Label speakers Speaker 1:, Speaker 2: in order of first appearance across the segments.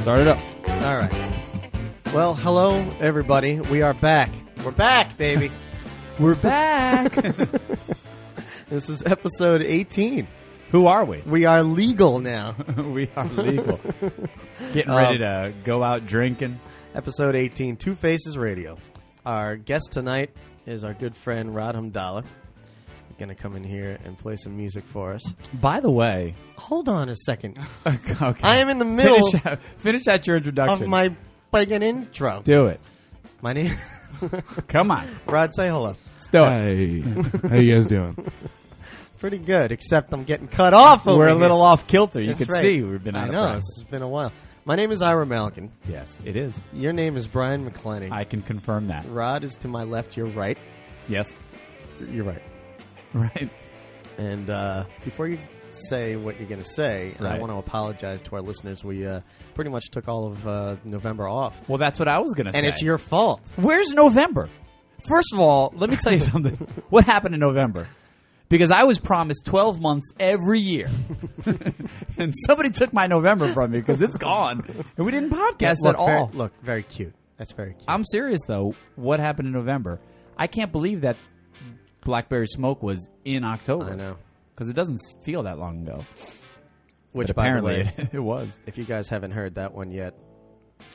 Speaker 1: Start it up.
Speaker 2: All right. Well, hello, everybody. We are back. We're back, baby.
Speaker 1: We're back.
Speaker 2: this is episode 18.
Speaker 1: Who are we?
Speaker 2: We are legal now.
Speaker 1: we are legal. Getting ready to go out drinking.
Speaker 2: episode 18, Two Faces Radio. Our guest tonight is our good friend Rod Hamdallah. Going to come in here and play some music for us.
Speaker 1: By the way,
Speaker 2: Hold on a second
Speaker 1: okay.
Speaker 2: I am in the middle
Speaker 1: Finish out, finish out your
Speaker 2: of
Speaker 1: introduction.
Speaker 2: my friggin' intro.
Speaker 1: Do it.
Speaker 2: My name,
Speaker 1: Come on.
Speaker 2: Rod, say hello.
Speaker 1: Let's do it.
Speaker 3: Hey, how you guys doing?
Speaker 2: Pretty good, except I'm getting cut off over
Speaker 1: We're a
Speaker 2: here.
Speaker 1: little off kilter. You
Speaker 2: That's
Speaker 1: can
Speaker 2: right.
Speaker 1: see we've been out
Speaker 2: I
Speaker 1: of
Speaker 2: know,
Speaker 1: practice.
Speaker 2: it's been a while. My name is Ira Malkin.
Speaker 1: Yes, it is.
Speaker 2: Your name is Brian McClenny.
Speaker 1: I can confirm that.
Speaker 2: Rod is to my left, you're right.
Speaker 1: Yes.
Speaker 2: You're right.
Speaker 1: Right.
Speaker 2: And uh, before you say what you're going to say, and I
Speaker 1: Right.
Speaker 2: want to apologize to our listeners. We uh, pretty much took all of uh, November off,
Speaker 1: Well, that's what I was going to say.
Speaker 2: and it's your fault.
Speaker 1: Where's November? First of all, let me tell you something. what happened in November? Because I was promised 12 months every year. and somebody took my November from me because it's gone. And we didn't podcast
Speaker 2: look,
Speaker 1: at all.
Speaker 2: Very, look, very cute. That's very cute.
Speaker 1: I'm serious, though. What happened in November? I can't believe that Blackberry Smoke was in October.
Speaker 2: I know.
Speaker 1: Because it doesn't feel that long ago.
Speaker 2: Which,
Speaker 1: But
Speaker 2: by the
Speaker 1: apparently,
Speaker 2: way,
Speaker 1: it was.
Speaker 2: if you guys haven't heard that one yet,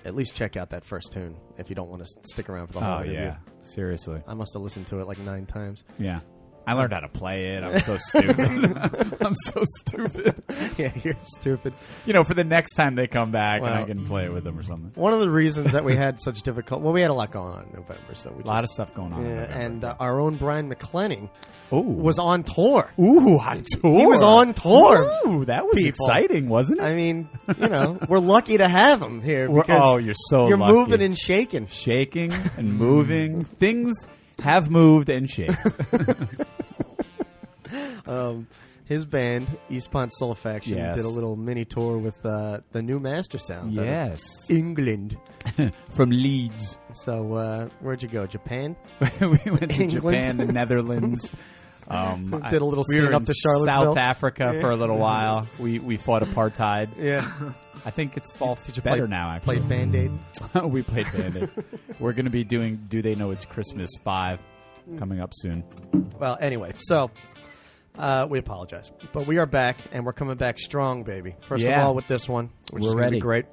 Speaker 2: at least check out that first tune. If you don't want to stick around for the whole
Speaker 1: Oh,
Speaker 2: interview,
Speaker 1: yeah. Seriously.
Speaker 2: I must have listened to it like nine times.
Speaker 1: Yeah. I learned how to play it. I'm so stupid. I'm so stupid.
Speaker 2: yeah, you're stupid.
Speaker 1: you know, for the next time they come back
Speaker 2: Well-
Speaker 1: and I can play it with them or something.
Speaker 2: One of the reasons that we had such difficult. Well, we had a lot going on in November, so we
Speaker 1: A lot of
Speaker 2: just,
Speaker 1: stuff going
Speaker 2: Yeah,
Speaker 1: on.
Speaker 2: and uh, our own Brian McClenning
Speaker 1: ooh,
Speaker 2: was on tour.
Speaker 1: ooh on tour.
Speaker 2: He was on tour.
Speaker 1: Ooh, that was
Speaker 2: people.
Speaker 1: exciting, wasn't it?
Speaker 2: I mean, you know, we're lucky to have him here.
Speaker 1: We're-
Speaker 2: because
Speaker 1: oh, you're so
Speaker 2: you're
Speaker 1: lucky.
Speaker 2: moving and shaking.
Speaker 1: Shaking and moving. Things have moved and shaked.
Speaker 2: Um, his band East Pont Soulfaction
Speaker 1: Yes.
Speaker 2: did a little mini tour with uh, the new Master Sounds. out of
Speaker 1: yes,
Speaker 2: England.
Speaker 1: from Leeds,
Speaker 2: So uh, where'd you go? Japan.
Speaker 1: we went to
Speaker 2: England.
Speaker 1: Japan, the Netherlands. Um, I-
Speaker 2: Did a little
Speaker 1: we were
Speaker 2: stand-up
Speaker 1: in
Speaker 2: to Charlottesville.
Speaker 1: South Africa for a little while. We we fought apartheid.
Speaker 2: Yeah.
Speaker 1: I think it's false.
Speaker 2: Did you play-
Speaker 1: better now? Actually,
Speaker 2: Played Band Aid.
Speaker 1: we played Bandit. We're going to be doing Do They Know It's Christmas 5
Speaker 2: Mm.
Speaker 1: coming up soon.
Speaker 2: Well, anyway, so uh, we apologize, but we are back and we're coming back strong, baby. First
Speaker 1: Yeah.
Speaker 2: of all, with this one, which
Speaker 1: We're
Speaker 2: is gonna
Speaker 1: ready.
Speaker 2: be great,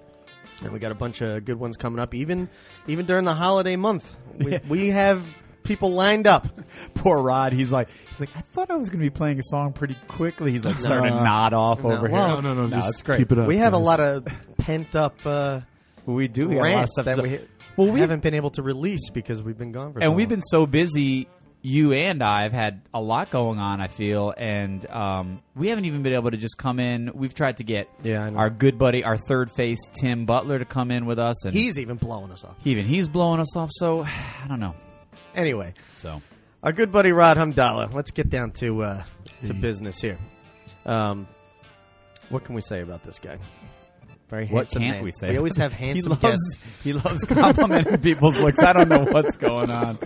Speaker 2: and we got a bunch of good ones coming up. Even even during the holiday month, we, we have people lined up.
Speaker 1: Poor Rod, he's like, he's like, I thought I was going to be playing a song pretty quickly. He's like starting to
Speaker 2: No.
Speaker 1: nod off over here.
Speaker 2: well,
Speaker 3: No, no, no, just
Speaker 1: it's great.
Speaker 3: keep it up.
Speaker 2: we have a
Speaker 3: guys.
Speaker 2: lot of pent up uh,
Speaker 1: We do. We got a lot of
Speaker 2: rants
Speaker 1: stuff.
Speaker 2: that
Speaker 1: So-
Speaker 2: we
Speaker 1: well, we
Speaker 2: haven't been able to release because we've been gone for. so
Speaker 1: and we've
Speaker 2: long.
Speaker 1: been so busy. You and I have had a lot going on. I feel, and um, we haven't even been able to just come in. We've tried to get
Speaker 2: Yeah, I know.
Speaker 1: our good buddy, our third face, Tim Butler, to come in with us, and
Speaker 2: He's even blowing us off.
Speaker 1: even he's blowing us off. So I don't know.
Speaker 2: Anyway,
Speaker 1: So
Speaker 2: Our good buddy Rod Hamdallah. Let's get down to uh, to business here. Um, what can we say about this guy? Very
Speaker 1: What
Speaker 2: handsome
Speaker 1: can't
Speaker 2: man.
Speaker 1: we say?
Speaker 2: We always have handsome
Speaker 1: he loves
Speaker 2: guests.
Speaker 1: he loves complimenting people's looks. I don't know what's going on.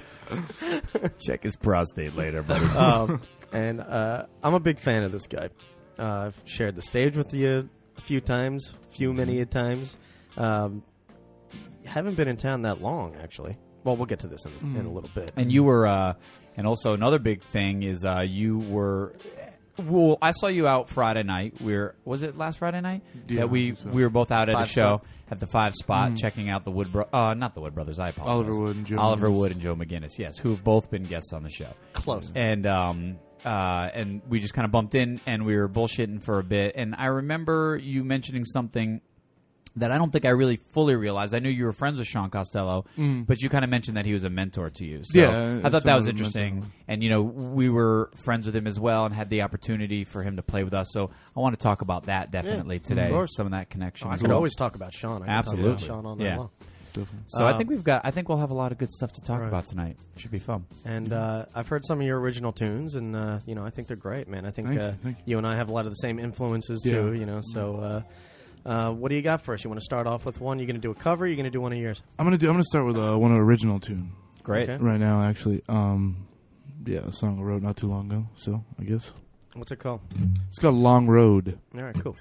Speaker 1: Check his prostate later, buddy.
Speaker 2: um, and uh, I'm a big fan of this guy. Uh, I've shared the stage with you a few times, few
Speaker 1: Mm-hmm.
Speaker 2: many a times. Um, haven't been in town that long, actually. Well, we'll get to this in,
Speaker 1: Mm.
Speaker 2: in a little bit.
Speaker 1: and you were, uh, and also another big thing is uh, you were. Well, I saw you out Friday night. We were was it last Friday night
Speaker 3: Yeah,
Speaker 1: that
Speaker 3: I
Speaker 1: we
Speaker 3: think so. Mm.
Speaker 1: we were both out at
Speaker 2: Five
Speaker 1: a show
Speaker 2: Spot.
Speaker 1: at the Five Spot, checking out the Wood Bro- uh, not the Wood Brothers. I apologize.
Speaker 3: Oliver Wood and Joe
Speaker 1: Oliver
Speaker 3: McGinnis.
Speaker 1: Wood and Joe McGinnis. Yes, who have both been guests on the show.
Speaker 2: Close.
Speaker 1: and um uh and we just kind of bumped in and we were bullshitting for a bit and I remember you mentioning something that I don't think I really fully realized. I knew you were friends with Sean Costello,
Speaker 2: Mm.
Speaker 1: but you kind of mentioned that he was a mentor to you. So
Speaker 3: Yeah,
Speaker 1: I thought that was
Speaker 3: someone
Speaker 1: interesting.
Speaker 3: mentored
Speaker 1: And you know, we were friends with him as well and had the opportunity for him to play with us. So I want to talk about that definitely today.
Speaker 2: course.
Speaker 1: some of that connection.
Speaker 2: I
Speaker 1: as
Speaker 2: could
Speaker 1: well.
Speaker 2: always talk about Sean. I could Talk
Speaker 1: Absolutely.
Speaker 2: about Sean all night
Speaker 1: Yeah.
Speaker 2: long.
Speaker 3: Definitely.
Speaker 1: So I
Speaker 2: um,
Speaker 1: think we've got I think we'll have a lot of good stuff to talk
Speaker 2: Right.
Speaker 1: about tonight. Should be fun.
Speaker 2: And uh, I've heard some of your original tunes, and uh, you know, I think they're great, man. I think
Speaker 3: Thank you,
Speaker 2: uh,
Speaker 3: thank you.
Speaker 2: and I have a lot of the same influences
Speaker 3: Yeah.
Speaker 2: too, you know. So, uh, uh, what do you got for us? You want to start off with one? You're going to do a cover? You're going to do one of yours?
Speaker 3: I'm gonna do. I'm gonna start with uh, one original tune
Speaker 1: Great.
Speaker 2: Okay.
Speaker 3: right now. Actually, um, yeah, a song I wrote not too long ago. So I guess
Speaker 2: What's it called?
Speaker 3: it's called Long Road.
Speaker 2: All right, cool.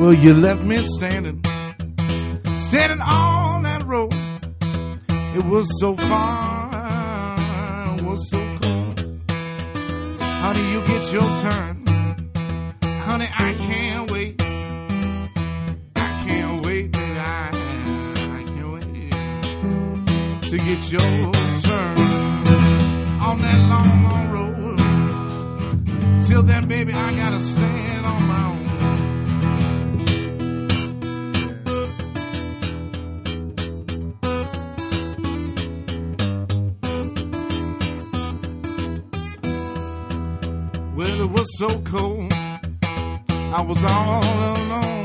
Speaker 3: Well, you left me standing, standing on that road. It was so far, it was so cold. Honey, you get your turn. Honey, I can't wait. I can't wait. I, I can't wait to get your turn on that long, long road. Till then, baby, I gotta stand on my own. Well, it was so cold. I was all alone.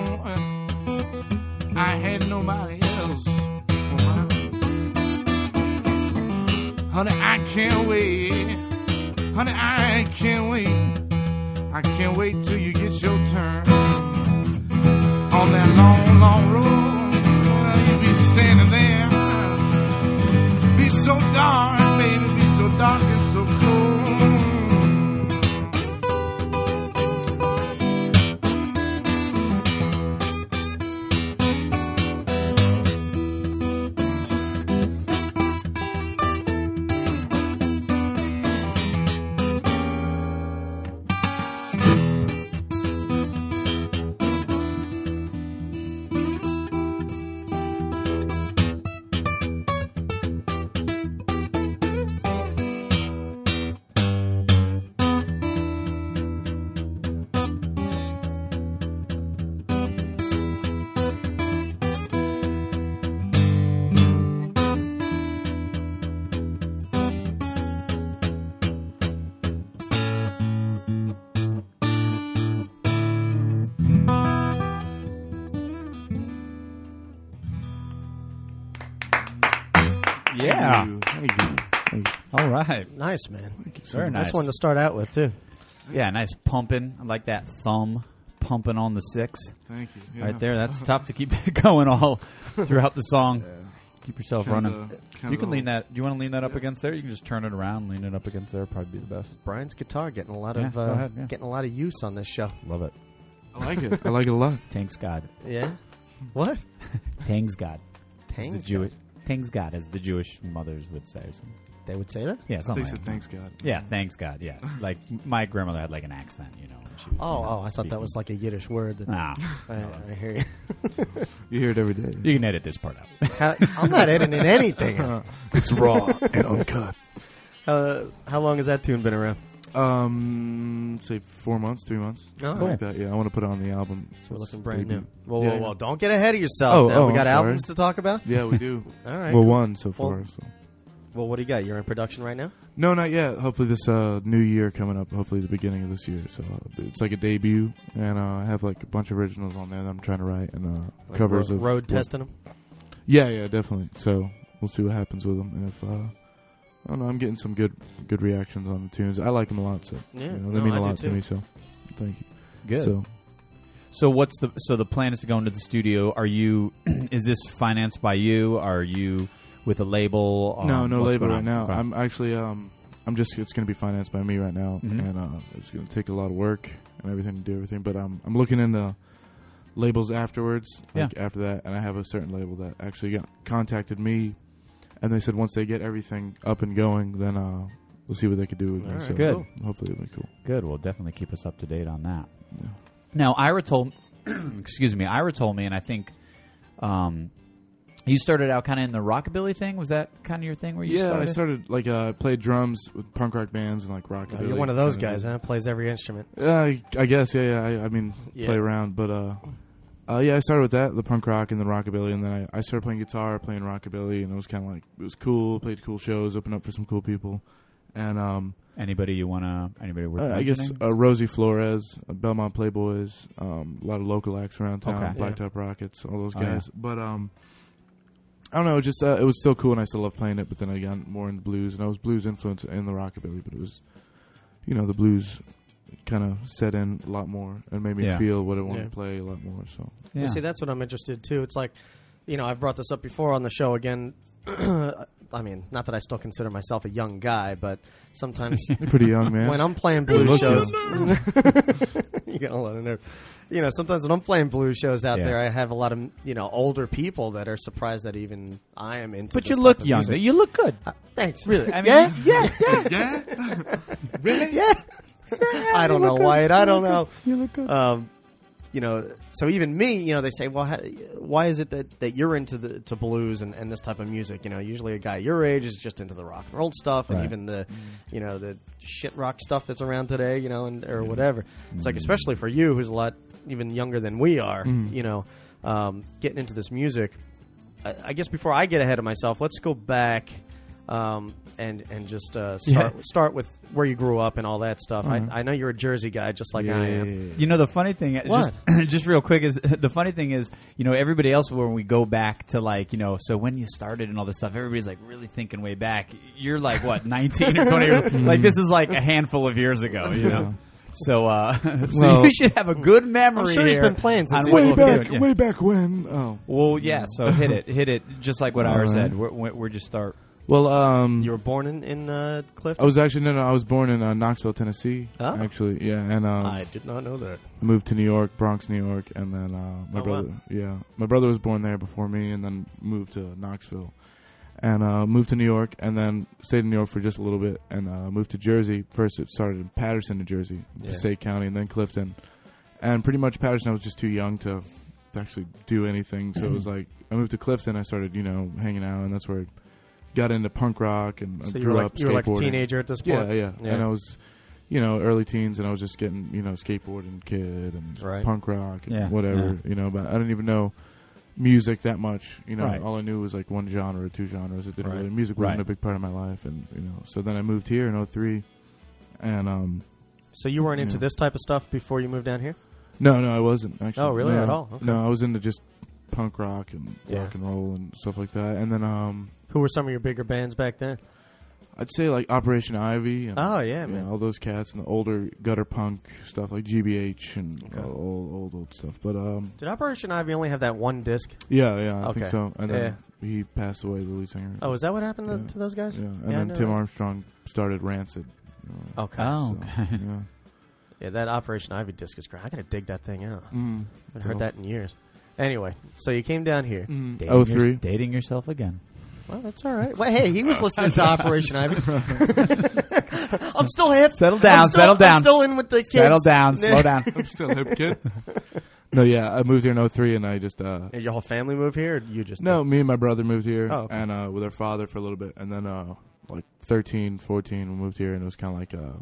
Speaker 3: I had nobody else for my Honey, I can't wait. Honey, I can't wait. I can't wait till you get your turn. On that long, long road, well, you'll be standing there be so dark, baby, be so dark and so cold.
Speaker 1: Yeah.
Speaker 3: Thank you. Thank you.
Speaker 1: All right.
Speaker 2: Nice, man.
Speaker 3: Thank you so
Speaker 1: Very
Speaker 3: much.
Speaker 1: nice.
Speaker 2: Nice one to start out with, too.
Speaker 1: Yeah, nice pumping. I like that thumb pumping on the six
Speaker 3: Thank you. Yeah.
Speaker 1: right there. That's tough to keep that going all throughout the song. Keep yourself
Speaker 3: Kinda-
Speaker 1: running.
Speaker 3: kinda
Speaker 1: you can lean
Speaker 3: the-
Speaker 1: that. Do you want to lean that up against there? You can just turn it around, lean it up against there. Probably be the best.
Speaker 2: Brian's guitar getting a lot
Speaker 1: Yeah,
Speaker 2: of
Speaker 1: go
Speaker 2: uh,
Speaker 1: ahead, yeah.
Speaker 2: getting a lot of use on this show. Love it.
Speaker 3: I like it. I like it a lot.
Speaker 1: Thanks God.
Speaker 2: Yeah. what?
Speaker 1: Thanks God. As the
Speaker 2: Thanks,
Speaker 1: Jewish. Thanks God, as the Jewish mothers would say, or something.
Speaker 2: They would say that.
Speaker 1: Yeah,
Speaker 3: I
Speaker 1: something.
Speaker 3: think so.
Speaker 1: like that.
Speaker 3: Thanks God.
Speaker 1: Yeah, thanks God. Yeah, like my grandmother had like an accent, you know. when She was,
Speaker 2: Oh,
Speaker 1: you know,
Speaker 2: oh, I thought that
Speaker 1: speaking.
Speaker 2: was like a Yiddish word. That
Speaker 1: Nah,
Speaker 2: I, I hear you.
Speaker 3: You hear it every day.
Speaker 1: you can edit this part out.
Speaker 2: How, I'm not editing anything. out.
Speaker 3: It's raw and uncut.
Speaker 2: Uh, how long has that tune been around?
Speaker 3: Um, say four months, three months.
Speaker 2: Oh,
Speaker 3: Something like that. Yeah, I want to put it on the album.
Speaker 2: So we're
Speaker 3: It's
Speaker 2: looking brand new.
Speaker 3: debut.
Speaker 2: Whoa,
Speaker 3: Yeah,
Speaker 2: whoa,
Speaker 3: yeah.
Speaker 2: whoa! Don't get ahead of yourself.
Speaker 3: Oh,
Speaker 2: now. we
Speaker 3: oh,
Speaker 2: got
Speaker 3: I'm sorry.
Speaker 2: albums to talk about.
Speaker 3: Yeah, we do.
Speaker 2: All right.
Speaker 3: well, one so
Speaker 2: Well-
Speaker 3: far. So.
Speaker 2: Well, what do you got? You're in production right now.
Speaker 3: No, not yet. Hopefully this uh, new year coming up. Hopefully the beginning of this year. So uh, it's like a debut, and uh, I have like a bunch of originals on there that I'm trying to write and uh,
Speaker 2: Like
Speaker 3: covers
Speaker 2: ro-
Speaker 3: of
Speaker 2: road
Speaker 3: what-
Speaker 2: testing them.
Speaker 3: Yeah, yeah, definitely. So we'll see what happens with them, and if uh, I don't know, I'm getting some good good reactions on the tunes. I like them a lot, so
Speaker 2: Yeah,
Speaker 3: you know, they
Speaker 2: no,
Speaker 3: mean
Speaker 2: I
Speaker 3: a
Speaker 2: do
Speaker 3: lot to
Speaker 2: too.
Speaker 3: me. So thank you.
Speaker 1: Good. So,
Speaker 3: So
Speaker 1: what's the so the plan is to go into the studio? Are you? is this financed by you? Are you with a label? Um,
Speaker 3: no, no
Speaker 1: what's
Speaker 3: label
Speaker 1: going
Speaker 3: right
Speaker 1: on?
Speaker 3: now.
Speaker 1: Okay.
Speaker 3: I'm actually um, I'm just it's going to be financed by me right now,
Speaker 1: Mhm.
Speaker 3: and uh, it's going to take a lot of work and everything to do everything. But um, I'm looking into labels afterwards, like after that, and I have a certain label that actually got, contacted me, and they said once they get everything up and going, then uh, we'll see what they could do with me.
Speaker 2: All right, Oh,
Speaker 3: so
Speaker 1: Good.
Speaker 2: cool.
Speaker 3: Hopefully it'll be cool.
Speaker 1: good. We'll definitely keep us up to date on that.
Speaker 3: Yeah.
Speaker 1: Now, Ira told, excuse me, Ira told me, and I think, um, you started out kind of in the rockabilly thing. Was that kind of your thing where you
Speaker 3: yeah,
Speaker 1: started?
Speaker 3: I started like uh, I played drums with punk rock bands and like rock.
Speaker 2: Oh, you're one of those guys, huh? Plays every instrument.
Speaker 3: Uh, I, I guess yeah, yeah. I, I mean,
Speaker 2: Yeah.
Speaker 3: play around, but uh, uh, yeah. I started with that, the punk rock and then rockabilly, and then I, I started playing guitar, playing rockabilly, and it was kind of like it was cool. Played cool shows, opened up for some cool people,
Speaker 4: and um,
Speaker 1: Anybody you want to? Anybody worth
Speaker 4: uh, I guess
Speaker 1: mentioning?
Speaker 4: uh, Rosie Flores, uh, Belmont Playboys, um, a lot of local acts around town,
Speaker 1: Okay.
Speaker 4: Black Blacktop Rockets, all those
Speaker 1: Oh, yeah.
Speaker 4: guys. But um, I don't know, it just uh, it was still cool, and I still love playing it. But then I got more into blues, and I was blues influenced in the rockabilly, but it was, you know, the blues kind of set in a lot more and made me
Speaker 1: Yeah.
Speaker 4: feel what I wanted
Speaker 2: Yeah.
Speaker 4: to play a lot more. So
Speaker 1: yeah.
Speaker 2: You see, that's what I'm interested too. It's like, you know, I've brought this up before on the show again. I mean, not that I still consider myself a young guy, but sometimes
Speaker 4: pretty young man.
Speaker 2: when I'm playing
Speaker 4: Good
Speaker 2: blue
Speaker 4: looking.
Speaker 2: shows, you got a lot of nerve. You know, sometimes when I'm playing blue shows out
Speaker 1: Yeah.
Speaker 2: there, I have a lot of you know older people that are surprised that even I am into.
Speaker 1: but
Speaker 2: this
Speaker 1: you
Speaker 2: type
Speaker 1: look
Speaker 2: of
Speaker 1: young.
Speaker 2: music.
Speaker 1: You look good.
Speaker 2: Uh, Thanks.
Speaker 1: Really, I mean-
Speaker 2: yeah, yeah, yeah,
Speaker 4: yeah,
Speaker 2: yeah. I don't know, Wyatt. I don't know.
Speaker 4: you look good.
Speaker 2: Um, you know, so even me, you know, they say, well, how, why is it that, that you're into the to blues and, and this type of music? You know, usually a guy your age is just into the rock and roll stuff, and
Speaker 1: Right.
Speaker 2: even the,
Speaker 4: Mm.
Speaker 2: you know, the shit rock stuff that's around today, you know, and or whatever. It's
Speaker 4: Mm.
Speaker 2: like, especially for you, who's a lot even younger than we are, you know, um, getting into this music. I, I guess before I get ahead of myself, let's go back. Um, and and just uh, start start with where you grew up and all that stuff.
Speaker 4: Uh-huh.
Speaker 2: I, I know you're a Jersey guy, just like I am.
Speaker 1: You know the funny thing,
Speaker 2: What?
Speaker 1: just just real quick, is the funny thing is you know everybody else when we go back to like you know so when you started and all this stuff, everybody's like really thinking way back. You're like what nineteen or twenty? like this is like a handful of years ago, you know. So, uh, so
Speaker 4: Well-
Speaker 1: you should have a good memory.
Speaker 2: I'm sure he's
Speaker 1: here
Speaker 2: been playing
Speaker 1: on
Speaker 2: since
Speaker 1: what
Speaker 2: he
Speaker 4: way
Speaker 1: we're
Speaker 2: was
Speaker 4: back,
Speaker 1: doing, yeah.
Speaker 4: way back when. Oh,
Speaker 1: Well, yeah. So hit it, hit it. Just like what Ira
Speaker 4: All
Speaker 1: said,
Speaker 4: right.
Speaker 1: we're, we're we're just start.
Speaker 4: well, um,
Speaker 2: You were born in in uh, Clifton.
Speaker 4: I was actually no, no. I was born in uh, Knoxville, Tennessee.
Speaker 2: Oh.
Speaker 4: Actually, yeah, and uh,
Speaker 2: I did not know that.
Speaker 4: moved to New York, Bronx, New York, and then uh, my
Speaker 2: Oh,
Speaker 4: brother.
Speaker 2: wow.
Speaker 4: Yeah, my brother was born there before me, and then moved to Knoxville, and uh, moved to New York, and then stayed in New York for just a little bit, and uh, moved to Jersey. First, it started in Patterson, New Jersey,
Speaker 2: Yeah.
Speaker 4: Passaic County, and then Clifton, and pretty much Patterson. I was just too young to, to actually do anything, so it was like I moved to Clifton. I started, you know, hanging out, and that's where. I Got into punk rock and I
Speaker 2: So you
Speaker 4: grew
Speaker 2: were like
Speaker 4: up
Speaker 2: you were like a
Speaker 4: skateboarding.
Speaker 2: teenager at this point.
Speaker 4: Yeah, yeah, And I was, you know, early teens, and I was just getting, you know, skateboarding kid and
Speaker 2: Right.
Speaker 4: punk rock and
Speaker 1: Yeah,
Speaker 4: whatever, you know. But I didn't even know music that much. You know,
Speaker 1: Right.
Speaker 4: all I knew was like one genre, or two genres. It didn't
Speaker 2: Right.
Speaker 4: really music wasn't
Speaker 1: Right.
Speaker 4: a big part of my life, and you know. So then I moved here in 03 and um,
Speaker 2: So you weren't into
Speaker 4: Yeah.
Speaker 2: this type of stuff before you moved down here.
Speaker 4: no, no, I wasn't actually.
Speaker 2: Oh, really?
Speaker 4: No.
Speaker 2: At all? Okay.
Speaker 4: No, I was into just punk rock and
Speaker 2: Yeah.
Speaker 4: rock and roll and stuff like that. And then um,
Speaker 2: Who were some of your bigger bands back then?
Speaker 4: I'd say like Operation Ivy. And,
Speaker 2: Oh, yeah, man.
Speaker 4: all those cats and the older gutter punk stuff like GBH and
Speaker 2: Okay.
Speaker 4: all old, old old stuff. But um,
Speaker 2: Did Operation Ivy only have that one disc?
Speaker 4: yeah, yeah, I think
Speaker 2: Okay.
Speaker 4: so. And then he passed away, the lead singer.
Speaker 2: Oh, is that what happened to,
Speaker 4: Yeah.
Speaker 2: to those guys?
Speaker 4: yeah. And
Speaker 2: I
Speaker 4: then
Speaker 2: know
Speaker 4: Tim
Speaker 2: that.
Speaker 4: Armstrong started Rancid. Uh,
Speaker 2: Okay.
Speaker 1: Oh, okay.
Speaker 4: yeah.
Speaker 2: Yeah, that Operation Ivy disc is great. I gotta dig that thing out. I
Speaker 4: Mm.
Speaker 2: haven't heard that in years. Anyway, so you came down here.
Speaker 4: Mm.
Speaker 1: Dating
Speaker 4: Oh,
Speaker 1: your-
Speaker 4: three.
Speaker 1: dating yourself again.
Speaker 2: Well, that's all right. Well, hey, he was listening to Operation Ivy. I'm still hip.
Speaker 1: Settle down,
Speaker 2: I'm still,
Speaker 1: settle
Speaker 2: I'm
Speaker 1: down.
Speaker 2: still in with the kids.
Speaker 1: Settle down, slow down.
Speaker 4: I'm still hip kid. no, yeah, I moved here in 03 and I just uh,
Speaker 2: Did your whole family move here, or you just
Speaker 4: No, me and my brother moved here
Speaker 2: Oh, okay.
Speaker 4: and uh, with our father for a little bit. And then, uh, like 13, 14, we moved here. And it was kind of like uh,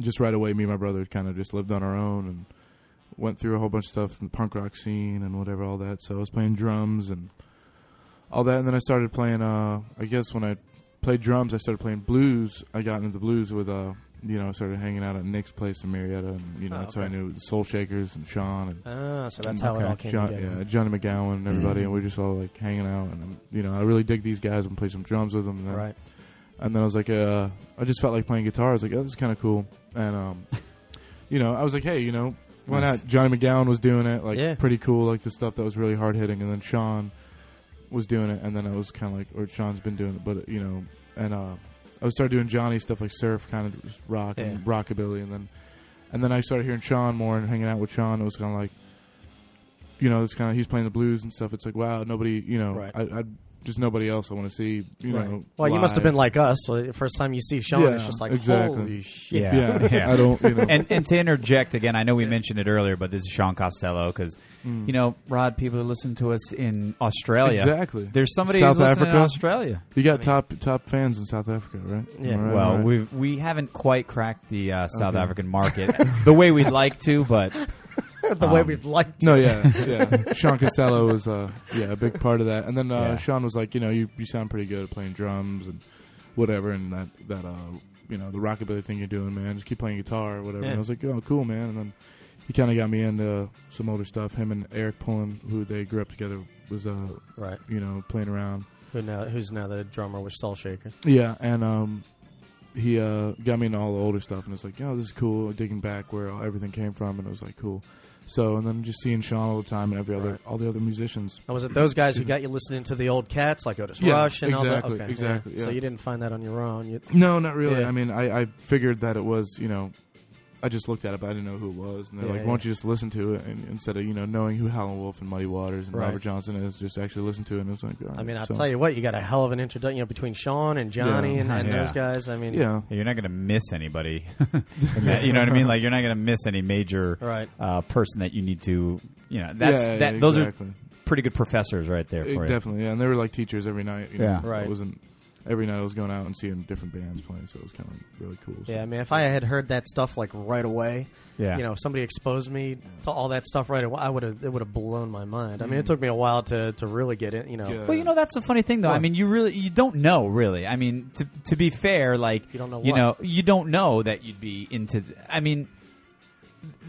Speaker 4: just right away, me and my brother kind of just lived on our own and went through a whole bunch of stuff in the punk rock scene and whatever, all that. So I was playing drums and all that. And then I started playing, uh, I guess when I played drums, I started playing blues. I got into the blues with, uh, you know, I started hanging out at Nick's place in Marietta. And, you know,
Speaker 2: Oh,
Speaker 4: that's how I
Speaker 2: okay.
Speaker 4: knew the Soul Shakers and Sean and
Speaker 2: Ah, so that's how it
Speaker 1: Okay.
Speaker 2: all came
Speaker 4: John-
Speaker 2: together.
Speaker 4: yeah, Johnny McGowan and everybody, and we are just all like hanging out. And um, you know, I really dig these guys and play some drums with them. And then,
Speaker 2: Right.
Speaker 4: and then I was like, uh, I just felt like playing guitar. I was like, oh, this is kind of cool. And um, you know, I was like, hey, you know, why
Speaker 1: Nice.
Speaker 4: not? Johnny McGowan was doing it, like
Speaker 2: Yeah.
Speaker 4: pretty cool, like the stuff that was really hard hitting. And then Sean was doing it, and then I was kind of like, or Sean's been doing it, but you know, and uh, I started doing Johnny stuff like surf, kind of rock and
Speaker 2: Yeah.
Speaker 4: rockabilly, and then and then I started hearing Sean more and hanging out with Sean. It was kind of like, you know, it's kind of he's playing the blues and stuff. It's like, wow, nobody, you know,
Speaker 2: Right.
Speaker 4: I, I just nobody else I want to see, you
Speaker 2: Right.
Speaker 4: know.
Speaker 2: Well, you must have
Speaker 4: live.
Speaker 2: been like us. Well, The first time you see Sean, it's
Speaker 4: Yeah,
Speaker 2: just like,
Speaker 4: exactly.
Speaker 2: holy shit.
Speaker 1: Yeah.
Speaker 4: yeah, I don't, you know,
Speaker 1: and and to interject again, I know we mentioned it earlier, but this is Sean Costello because
Speaker 4: Mm.
Speaker 1: you know, Rod, people who listen to us in Australia,
Speaker 4: exactly.
Speaker 1: There's somebody
Speaker 4: South
Speaker 1: who's listening in
Speaker 4: Africa?
Speaker 1: Australia.
Speaker 4: You got top top fans in South Africa, right?
Speaker 2: Yeah.
Speaker 4: Am I right?
Speaker 1: well,
Speaker 4: Am I right?
Speaker 1: we we haven't quite cracked the uh, South
Speaker 4: Okay.
Speaker 1: African market the way we'd like to, but
Speaker 2: the way
Speaker 1: Um,
Speaker 2: we've liked
Speaker 4: no, yeah, yeah. Sean Costello was uh, yeah a big part of that, and then uh,
Speaker 1: Yeah.
Speaker 4: Sean was like, you know, you you sound pretty good at playing drums, and whatever, and that that uh, you know the rockabilly thing you're doing, man. Just keep playing guitar or whatever."
Speaker 2: Yeah.
Speaker 4: And I was like, "Oh, cool, man." And then he kind of got me into some older stuff. Him and Eric Pullen, who they grew up together, was uh,
Speaker 2: Right.
Speaker 4: you know playing around.
Speaker 2: Who now? Who's now the drummer with Soul Shaker?
Speaker 4: Yeah, and um, he uh, got me into all the older stuff, and it's like, oh, this is cool. Digging back where everything came from, and it was like cool. So, and then just seeing Sean all the time, and every other,
Speaker 2: Right.
Speaker 4: all the other musicians.
Speaker 2: Or was it those guys who got you listening to the old cats like Otis
Speaker 4: Yeah,
Speaker 2: Rush and all
Speaker 4: exactly,
Speaker 2: that? Okay,
Speaker 4: exactly,
Speaker 2: So
Speaker 4: yeah.
Speaker 2: you didn't find that on your own. You,
Speaker 4: No, not really.
Speaker 2: Yeah.
Speaker 4: I mean, I, I figured that it was, you know, I just looked at it, but I didn't know who it was. And they're
Speaker 2: Yeah,
Speaker 4: like,
Speaker 2: yeah.
Speaker 4: why don't you just listen to it and, instead of you know knowing who Howlin' Wolf and Muddy Waters and
Speaker 2: Right.
Speaker 4: Robert Johnson is, just actually listen to it. And it's like,
Speaker 2: I mean, I'll tell you what, you got a hell of an introduction you know, between Sean and Johnny and, and
Speaker 1: Yeah.
Speaker 2: those guys. I mean,
Speaker 4: yeah,
Speaker 1: You're not going to miss anybody. In that- you know what I mean? Like you're not going to miss any major
Speaker 2: Right.
Speaker 1: uh, person that you need to. You know, that's
Speaker 4: Yeah,
Speaker 1: that.
Speaker 4: yeah,
Speaker 1: Those
Speaker 4: exactly.
Speaker 1: are pretty good professors right there
Speaker 4: It-
Speaker 1: for you.
Speaker 4: definitely. Yeah, and they were like teachers every night. You
Speaker 1: Yeah.
Speaker 4: know,
Speaker 2: Right.
Speaker 4: It wasn't every night. I was going out and seeing different bands playing, so it was kind of really cool. So.
Speaker 2: Yeah, I mean, if I had heard that stuff like right away,
Speaker 1: Yeah.
Speaker 2: you know, if somebody exposed me to all that stuff right away, I would have it would have blown my mind. I mean, it took me a while to to really get it. You know,
Speaker 4: Yeah.
Speaker 1: Well, you know that's the funny thing, though. I mean, you really you don't know, really. I mean, to to be fair, like
Speaker 2: You don't know
Speaker 1: you
Speaker 2: what.
Speaker 1: know, you don't know that you'd be into. th- I mean,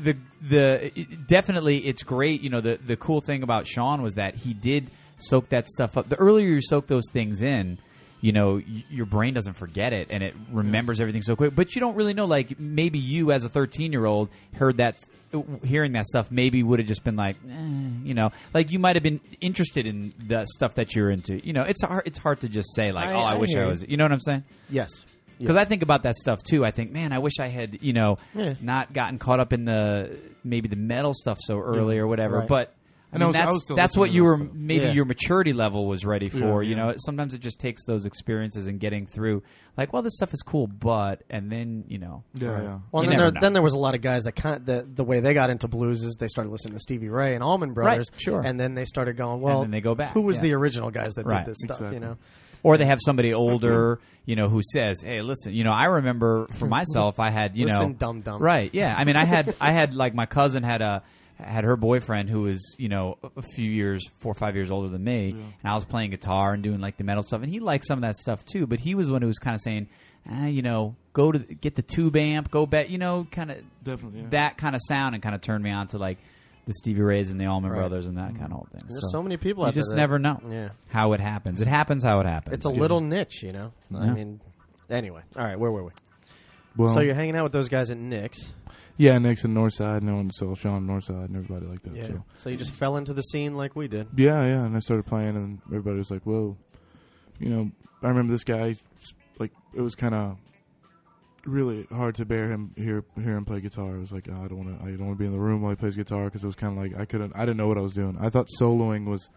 Speaker 1: the the it- definitely it's great. You know, the the cool thing about Sean was that he did soak that stuff up. The earlier you soak those things in. You know, y- your brain doesn't forget it, and it remembers everything so quick. But you don't really know. Like maybe you, as a thirteen-year-old, heard that, s- hearing that stuff, maybe would have just been like, eh, you know, like you might have been interested in the stuff that you're into. You know, it's hard. It's hard to just say like,
Speaker 2: I-
Speaker 1: oh, I,
Speaker 2: I
Speaker 1: wish
Speaker 2: hear
Speaker 1: I
Speaker 2: you.
Speaker 1: was. You know what I'm saying?
Speaker 2: yes,
Speaker 1: Because I think about that stuff too. I think, man, I wish I had, you know,
Speaker 2: Yeah.
Speaker 1: not gotten caught up in the maybe the metal stuff so early or whatever.
Speaker 2: Right.
Speaker 1: But I
Speaker 4: And
Speaker 1: mean,
Speaker 4: I was- I
Speaker 1: that's
Speaker 4: was still
Speaker 1: that's what
Speaker 4: listening to
Speaker 1: you
Speaker 4: that
Speaker 1: were
Speaker 4: stuff.
Speaker 1: maybe
Speaker 2: Yeah.
Speaker 1: your maturity level was ready for. You
Speaker 4: Yeah, yeah.
Speaker 1: know, sometimes it just takes those experiences and getting through. Like, well, this stuff is cool, but and then you know,
Speaker 4: Yeah, yeah.
Speaker 2: Well, then
Speaker 1: You never
Speaker 2: there,
Speaker 1: know.
Speaker 2: then there was a lot of guys that kind the the way they got into blues is they started listening to Stevie Ray and Allman Brothers,
Speaker 1: sure.
Speaker 2: and then they started going well.
Speaker 1: then they go back,
Speaker 2: Who was
Speaker 1: yeah.
Speaker 2: the original guys that
Speaker 1: Right,
Speaker 2: did this stuff?
Speaker 4: exactly.
Speaker 2: You know,
Speaker 1: or they have somebody
Speaker 2: Mm-hmm.
Speaker 1: older, you know, who says, "Hey, listen, you know, I remember for myself, I had, you know,
Speaker 2: Listen, dumb dumb.
Speaker 1: right? Yeah, I mean, I had, I had like my cousin had a had her boyfriend who was, you know, a few years, four or five years older than me, and I was playing guitar and doing like the metal stuff, and he liked some of that stuff too, but he was the one who was kind of saying, ah, you know, go to get the tube amp, go bet, you know, kind of
Speaker 4: Definitely, yeah.
Speaker 1: that kind of sound, and kind of turned me on to like. The Stevie Rays and the Allman
Speaker 2: Right. Mm-hmm.
Speaker 1: Brothers and that kind of whole thing.
Speaker 2: There's so many people
Speaker 1: You
Speaker 2: out there
Speaker 1: just
Speaker 2: that-
Speaker 1: never know
Speaker 2: Yeah.
Speaker 1: how it happens. It happens how it happens.
Speaker 2: It's a little niche, you know. I
Speaker 1: Yeah.
Speaker 2: mean, anyway. All right, where were we?
Speaker 4: Well,
Speaker 2: so you're hanging out with those guys at Nick's.
Speaker 4: yeah, Nick's in Northside, no one, so Sean Northside, and everybody like that.
Speaker 2: Yeah.
Speaker 4: So.
Speaker 2: So you just fell into the scene like we did.
Speaker 4: Yeah, yeah, and I started playing, and everybody was like, "Whoa," you know. I remember this guy, like, it was kind of really hard to bear him hear hear him play guitar. It was like, oh, I don't want to, I don't want to be in the room while he plays guitar because it was kind of like I couldn't, I didn't know what I was doing. I thought soloing was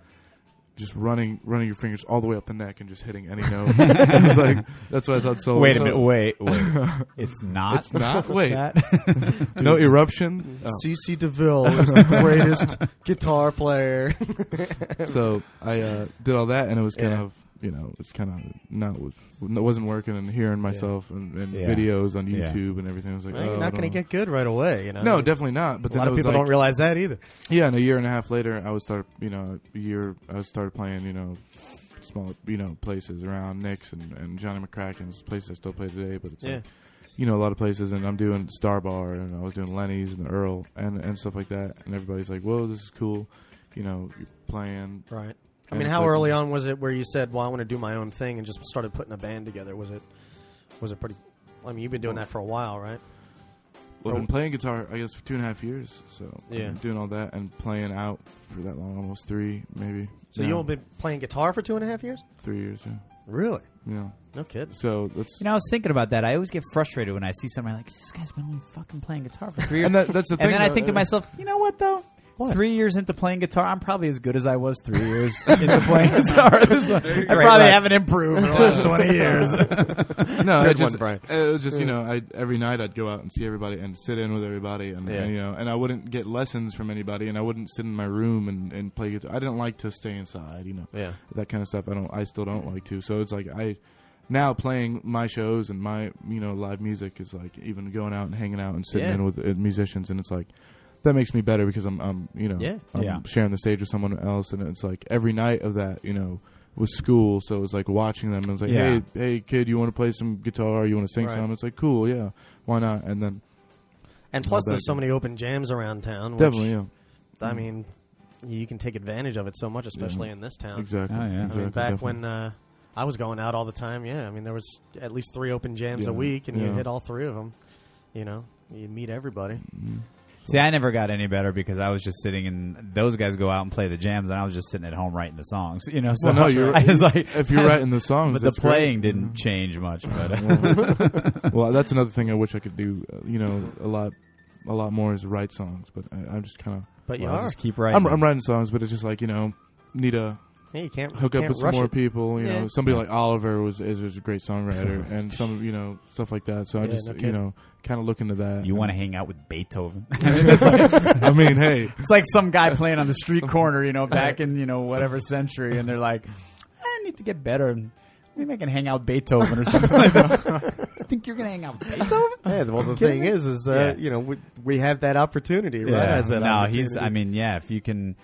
Speaker 4: just running running your fingers all the way up the neck and just hitting any note. it was like that's what I thought soloing.
Speaker 1: Wait a
Speaker 4: so-
Speaker 1: minute. Wait, wait. It's not.
Speaker 4: It's not. Wait,
Speaker 1: that.
Speaker 4: no eruption. Oh.
Speaker 2: CC DeVille is the greatest guitar player.
Speaker 4: so I uh, did all that, and it was kind
Speaker 2: Yeah.
Speaker 4: of you know it's kind of not was it wasn't working, and hearing myself and, and
Speaker 1: Yeah.
Speaker 4: videos on
Speaker 1: Yeah.
Speaker 4: YouTube and everything I was like,
Speaker 2: Well,
Speaker 4: oh,
Speaker 2: you're
Speaker 4: I
Speaker 2: not
Speaker 4: don't
Speaker 2: going to
Speaker 4: know.
Speaker 2: get good right away, you know.
Speaker 4: No, definitely not. But
Speaker 2: a
Speaker 4: then
Speaker 2: lot
Speaker 4: it
Speaker 2: of
Speaker 4: was
Speaker 2: people
Speaker 4: like,
Speaker 2: don't realize that either.
Speaker 4: yeah, and a year and a half later, I would start, you know, a year, I would start playing, you know, small, you know, places around Nick's and, and Johnny McCracken's places I still play today, but it's
Speaker 2: Yeah.
Speaker 4: like, you know, a lot of places, and I'm doing Star Bar, and I was doing Lenny's and the Earl, and and stuff like that, and everybody's like, whoa, this is cool, you know, you're playing.
Speaker 2: Right. I
Speaker 4: And
Speaker 2: mean,
Speaker 4: it's
Speaker 2: how
Speaker 4: like-
Speaker 2: early on was it where you said, "Well, I want to do my own thing," and just started putting a band together? Was it was it pretty? I mean, you've been doing that for a while, right?
Speaker 4: Well, I've been playing guitar, I guess, for two and a half years. So I've
Speaker 2: Yeah.
Speaker 4: been doing all that and playing out for that long, almost three, maybe.
Speaker 2: So
Speaker 4: No,
Speaker 2: you only been playing guitar for two and a half years?
Speaker 4: three years. Yeah.
Speaker 2: Really?
Speaker 4: yeah.
Speaker 2: No kid.
Speaker 4: So that's
Speaker 1: You know, I was thinking about that. I always get frustrated when I see somebody like this guy's been only fucking playing guitar for three years,
Speaker 4: and that, that's the thing.
Speaker 1: and then I
Speaker 4: though,
Speaker 1: think to
Speaker 4: uh,
Speaker 1: myself, you know what though? Three years into playing guitar, I'm probably as good as I was three years into playing guitar. This one- I probably
Speaker 2: right.
Speaker 1: haven't improved in the last twenty years.
Speaker 4: no,
Speaker 2: Good
Speaker 4: it just, uh,
Speaker 2: one,
Speaker 4: It was just you know, I every night I'd go out and see everybody and sit in with everybody, and,
Speaker 2: Yeah.
Speaker 4: and, you know, and I wouldn't get lessons from anybody, and I wouldn't sit in my room and, and play guitar. I didn't like to stay inside, you know,
Speaker 2: Yeah.
Speaker 4: that kind of stuff. I don't, I still don't like to. So it's like I now playing my shows and my you know live music is like even going out and hanging out and sitting
Speaker 2: Yeah.
Speaker 4: in with uh, musicians, and it's like. That makes me better because I'm, I'm you know,
Speaker 2: Yeah.
Speaker 4: I'm
Speaker 1: Yeah.
Speaker 4: sharing the stage with someone else, and it's like every night of that, you know, was school, so it was like watching them. And it was like,
Speaker 1: Yeah.
Speaker 4: hey, hey, kid, you want to play some guitar? You want to sing
Speaker 2: Right.
Speaker 4: some? It's like, cool, yeah, why not? And then
Speaker 2: And plus,
Speaker 4: Not
Speaker 2: there's
Speaker 4: bad.
Speaker 2: so many open jams around town. Which,
Speaker 4: definitely, yeah,
Speaker 2: I mean, you can take advantage of it so much, especially in this town.
Speaker 4: exactly.
Speaker 1: Oh, yeah. I mean,
Speaker 2: I
Speaker 4: exactly,
Speaker 2: mean, back
Speaker 4: definitely.
Speaker 2: when uh, I was going out all the time, yeah. I mean, there was at least three open jams
Speaker 4: Yeah.
Speaker 2: a week, and you
Speaker 4: Yeah.
Speaker 2: hit all three of them. You know, you meet everybody.
Speaker 1: See, I never got any better because I was just sitting and those guys go out and play the jams, and I was just sitting at home writing the songs. You know, so
Speaker 4: Well, no, you're-
Speaker 1: I was like,
Speaker 4: if you're
Speaker 1: that's-
Speaker 4: writing the songs,
Speaker 1: but the
Speaker 4: that's great.
Speaker 1: playing didn't change much. But uh,
Speaker 4: well, that's another thing I wish I could do. Uh, you know, a lot, a lot more is write songs, but I, I'm just kind of.
Speaker 2: But you
Speaker 1: Well,
Speaker 2: are.
Speaker 1: just keep writing.
Speaker 4: I'm, I'm writing songs, but it's just like you know, need to
Speaker 2: yeah, you can't
Speaker 4: hook up
Speaker 2: can't
Speaker 4: with some
Speaker 2: rush
Speaker 4: more
Speaker 2: it.
Speaker 4: people. You
Speaker 2: Yeah.
Speaker 4: know, somebody like Oliver was is, is a great songwriter, and some you know stuff like that. So I
Speaker 2: Yeah,
Speaker 4: just
Speaker 2: no
Speaker 4: you
Speaker 2: kidding.
Speaker 4: know kind of look into that.
Speaker 1: you want to hang out with Beethoven?
Speaker 4: I mean, hey,
Speaker 1: it's like some guy playing on the street corner, you know, back in you know whatever century, and they're like, I need to get better. and Maybe I can hang out with Beethoven or something like that. I think you're gonna hang out with Beethoven.
Speaker 2: Yeah, well, the thing is, is uh,
Speaker 1: Yeah.
Speaker 2: you know we, we have that opportunity, right? As an
Speaker 1: no, he's.
Speaker 2: opportunity.
Speaker 1: I mean, yeah, if you can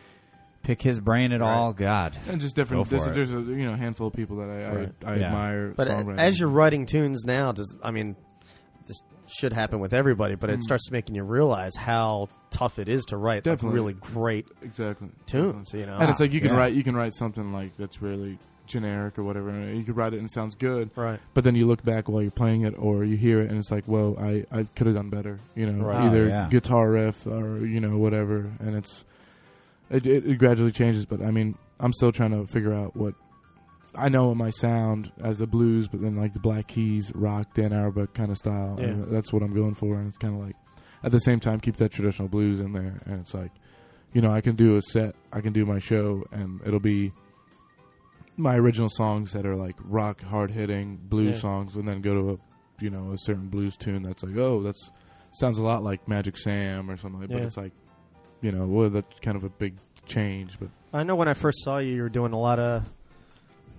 Speaker 1: pick his brain at all, God.
Speaker 4: and just
Speaker 1: Go
Speaker 4: different.
Speaker 1: for
Speaker 4: There's,
Speaker 1: it.
Speaker 4: there's a you know handful of people that I
Speaker 2: Right.
Speaker 4: I, I
Speaker 1: Yeah.
Speaker 4: admire.
Speaker 2: But uh,
Speaker 4: songwriting.
Speaker 2: as you're writing tunes now, does I mean, this should happen with everybody, but it starts making you realize how tough it is to write like,
Speaker 4: Definitely.
Speaker 2: really great
Speaker 4: exactly
Speaker 2: tunes. You know,
Speaker 4: and it's like you can
Speaker 1: yeah.
Speaker 4: write you can write something like that's really generic or whatever. and You could write it and it sounds good,
Speaker 2: right?
Speaker 4: but then you look back while you're playing it or you hear it and it's like well i, I could have done better you know
Speaker 2: Right.
Speaker 4: either
Speaker 1: Oh, yeah.
Speaker 4: guitar riff or you know whatever and it's it, it, it gradually changes but i mean i'm still trying to figure out what i know my sound as the blues but then like the black keys rock dan Auerbach kind of style
Speaker 2: Yeah.
Speaker 4: and that's what i'm going for and it's kind of like at the same time keep that traditional blues in there and it's like you know i can do a set i can do my show and it'll be my original songs that are like rock hard hitting blues
Speaker 2: Yeah.
Speaker 4: songs and then go to a you know a certain blues tune that's like oh that's sounds a lot like magic sam or something like but
Speaker 2: Yeah.
Speaker 4: it's like you know well that's kind of a big change but
Speaker 2: I know when I first saw you, you were doing a lot of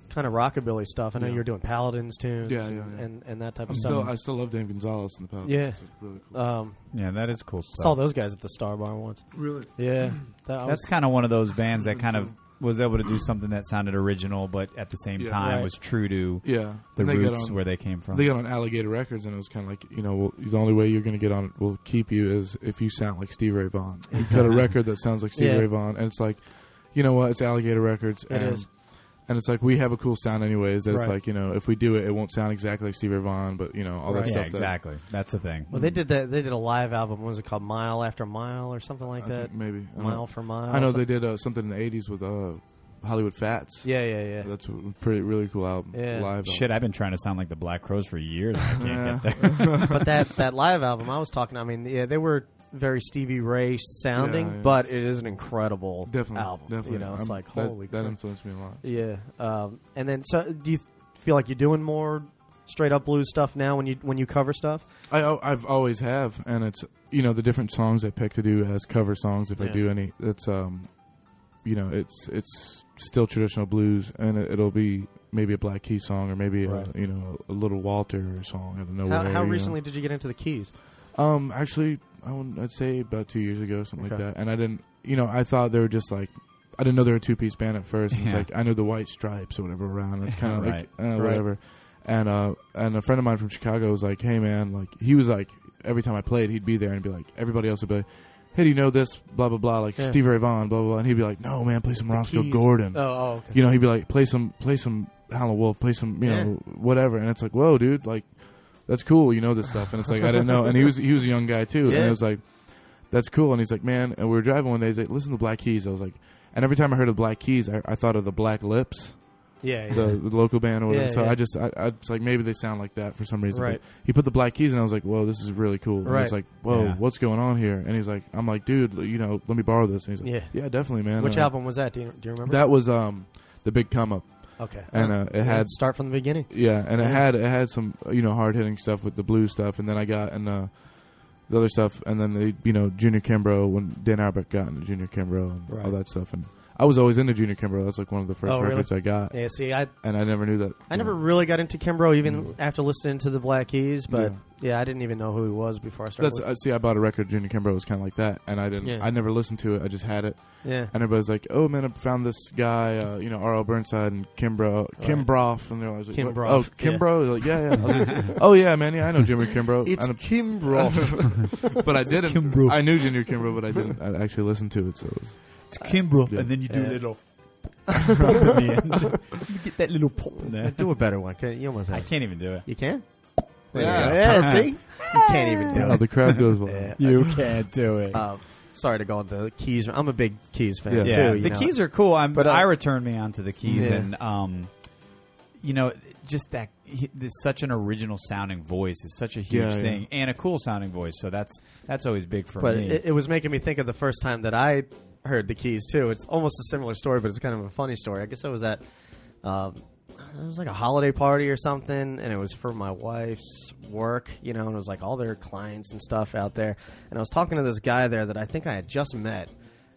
Speaker 2: kind of rockabilly stuff. I know
Speaker 4: Yeah.
Speaker 2: you were doing Paladins tunes,
Speaker 4: Yeah,
Speaker 2: and,
Speaker 4: yeah, yeah.
Speaker 2: And, and that type
Speaker 4: i'm
Speaker 2: of
Speaker 4: still
Speaker 2: stuff.
Speaker 4: i still love dave gonzalez in the past
Speaker 2: Yeah.
Speaker 4: It's really cool
Speaker 2: um,
Speaker 1: Yeah, that is cool stuff.
Speaker 2: Saw those guys at the Star Bar once.
Speaker 4: really
Speaker 2: Yeah, that I
Speaker 1: That's
Speaker 2: was-
Speaker 1: kind of one of those bands that kind of was able to do something that sounded original, but at the same
Speaker 4: Yeah.
Speaker 1: time
Speaker 2: Right.
Speaker 1: was true to
Speaker 4: yeah
Speaker 1: the
Speaker 4: And they got
Speaker 1: roots
Speaker 4: on-
Speaker 1: where they came from.
Speaker 4: They got on Alligator Records, and it was kind of like you know well, the only way you're going to get on it will keep you is if you sound like Steve Ray Vaughan. You got a record that sounds like Steve
Speaker 2: Yeah.
Speaker 4: Ray Vaughan, and it's like, you know what? It's Alligator Records,
Speaker 2: It
Speaker 4: and
Speaker 2: is.
Speaker 4: and it's like we have a cool sound anyways. That it's
Speaker 2: Right.
Speaker 4: like you know if we do it, it won't sound exactly like Steve Ray Vaughan, but you know all
Speaker 2: Right.
Speaker 4: that
Speaker 1: yeah,
Speaker 4: stuff.
Speaker 1: exactly. That's the thing.
Speaker 2: well, they did that. They did a live album. What was it called? Mile after mile, or something
Speaker 4: That,
Speaker 2: like
Speaker 4: I
Speaker 2: that.
Speaker 4: think maybe I don't
Speaker 2: Mile
Speaker 4: know.
Speaker 2: for mile.
Speaker 4: I know
Speaker 2: something-
Speaker 4: they did uh, something in the '80s with uh, Hollywood Fats.
Speaker 2: Yeah, yeah, yeah.
Speaker 4: That's a pretty really cool album.
Speaker 2: Yeah.
Speaker 4: Live
Speaker 1: Shit, I've been trying to sound like the Black Crows for years. and I can't
Speaker 4: Yeah.
Speaker 1: get there.
Speaker 2: but that that live album I was talking, I mean, yeah, they were very Stevie Ray sounding,
Speaker 4: Yeah, yeah.
Speaker 2: but it is an incredible
Speaker 4: album. definitely
Speaker 2: album.
Speaker 4: Definitely,
Speaker 2: you know, it's
Speaker 4: I'm-
Speaker 2: like
Speaker 4: that,
Speaker 2: holy
Speaker 4: that
Speaker 2: crap.
Speaker 4: influenced me a lot.
Speaker 2: yeah. Um, and then, so do you th- feel like you're doing more straight up blues stuff now when you when you cover stuff?
Speaker 4: I al- I've always have, and it's you know the different songs I pick to do as cover songs if I
Speaker 2: Yeah.
Speaker 4: do any. That's um, you know it's it's still traditional blues, and it, it'll be maybe a Black Key song or maybe
Speaker 2: Right.
Speaker 4: a, you know a little Walter song. I don't know.
Speaker 2: How,
Speaker 4: where,
Speaker 2: how
Speaker 4: you know.
Speaker 2: recently did you get into the keys?
Speaker 4: Um, actually, I would, I'd say about two years ago, something
Speaker 2: Okay.
Speaker 4: like that. And I didn't, you know, I thought they were just like, I didn't know they were a two piece band at first. And
Speaker 1: Yeah.
Speaker 4: It's like I knew the White Stripes or whatever around. It's kind of
Speaker 1: Right.
Speaker 4: like uh, whatever. And uh, and a friend of mine from Chicago was like, "Hey man, like he was like every time I played, he'd be there and be like, everybody else would be like, hey, do you know this? Blah blah blah, like
Speaker 2: Yeah.
Speaker 4: Steve Ray Vaughan, blah blah blah." And he'd be like, "No man, play some
Speaker 2: The
Speaker 4: Roscoe
Speaker 2: Keys.
Speaker 4: Gordon."
Speaker 2: Oh, oh okay.
Speaker 4: You know, he'd be like, play some, play some Howlin' Wolf, play some, you know, whatever. And it's like, whoa, dude, like, that's cool. You know this stuff. And it's like, I didn't know. And he was, he was a young guy too. And
Speaker 2: Yeah.
Speaker 4: it was like, that's cool. And he's like, man. And we were driving one day. He's like, listen to the Black Keys. I was like, and every time I heard of Black Keys, I, I thought of the Black Lips,
Speaker 2: yeah, yeah.
Speaker 4: the, the local band or whatever.
Speaker 2: Yeah,
Speaker 4: so
Speaker 2: yeah.
Speaker 4: I just, I, I it's like maybe they sound like that for some reason.
Speaker 2: Right.
Speaker 4: But he put the Black Keys, and I was like, whoa, this is really cool. And
Speaker 2: Right.
Speaker 4: it's like, whoa,
Speaker 1: Yeah.
Speaker 4: what's going on here? And he's like, I'm like, dude, you know, let me borrow this. And he's like,
Speaker 2: Yeah.
Speaker 4: yeah, definitely, man.
Speaker 2: Which
Speaker 4: Uh,
Speaker 2: album was that? Do you, do you remember?
Speaker 4: That was um the big come up
Speaker 2: okay.
Speaker 4: and uh, it had
Speaker 2: start from the beginning.
Speaker 4: yeah, and it
Speaker 2: Yeah.
Speaker 4: had it had some you know hard hitting stuff with the blue stuff, and then I got and uh, the other stuff, and then they you know Junior Kimbrough when Dan Albert got into Junior Kimbrough and
Speaker 2: Right.
Speaker 4: all that stuff, and I was always into Junior Kimbrough. That's like one of the first
Speaker 2: Oh, really?
Speaker 4: records I got,
Speaker 2: Yeah, see, I
Speaker 4: and I never knew that.
Speaker 2: I never really got into Kimbrough even after listening to the Black Keys, but
Speaker 4: Yeah.
Speaker 2: Mm. yeah. I didn't even know who he was before I started.
Speaker 4: That's I see. I bought a record. Junior Kimbrough was kind of like that, and I didn't.
Speaker 2: Yeah.
Speaker 4: I never listened to it. I just had it,
Speaker 2: listening.
Speaker 4: and everybody's like, "Oh man, I found this guy, uh, you know, R.L. Burnside and Kimbrough, Kimbrough," and they're always like,
Speaker 2: Kim
Speaker 4: "What?
Speaker 2: Brough.
Speaker 4: "Oh, Kimbrough." Like, yeah, yeah. I was like, oh yeah, man, yeah, I know Jimmy Kimbrough.
Speaker 2: yeah, it's
Speaker 4: I know-
Speaker 2: Kimbrough.
Speaker 4: but I didn't.
Speaker 1: Kimbrough.
Speaker 4: I knew Junior Kimbrough, but I didn't I actually listen to it. So it was,
Speaker 1: It's Kimbrough.
Speaker 4: Yeah.
Speaker 1: And then you do
Speaker 2: Yeah.
Speaker 1: little pop in the end. You get that little pop in there.
Speaker 2: Do a better one. Can- You almost
Speaker 1: I
Speaker 2: have. it.
Speaker 1: can't even do it.
Speaker 2: You can.
Speaker 4: Yeah.
Speaker 2: yeah. See, you can't even do
Speaker 4: yeah,
Speaker 2: it.
Speaker 4: the crowd goes wild.
Speaker 2: Yeah.
Speaker 1: You can't do it.
Speaker 2: Uh, sorry to go on the keys. I'm a big keys fan
Speaker 4: Yeah.
Speaker 2: too.
Speaker 1: yeah,
Speaker 2: you
Speaker 1: the
Speaker 2: know.
Speaker 1: keys are cool. I'm,
Speaker 2: But,
Speaker 1: but
Speaker 2: uh,
Speaker 1: Ira turned me onto the keys,
Speaker 2: Yeah.
Speaker 1: and um, you know, just that he, this such an original sounding voice is such a huge
Speaker 4: Yeah, yeah.
Speaker 1: thing, and a cool sounding voice. So that's that's always big for
Speaker 2: But
Speaker 1: me.
Speaker 2: it, it was making me think of the first time that I heard the keys too. It's almost a similar story, but it's kind of a funny story. I guess I was at um, it was like a holiday party or something, and it was for my wife's work, you know, and it was like all their clients and stuff out there. And I was talking to this guy there that I think I had just met.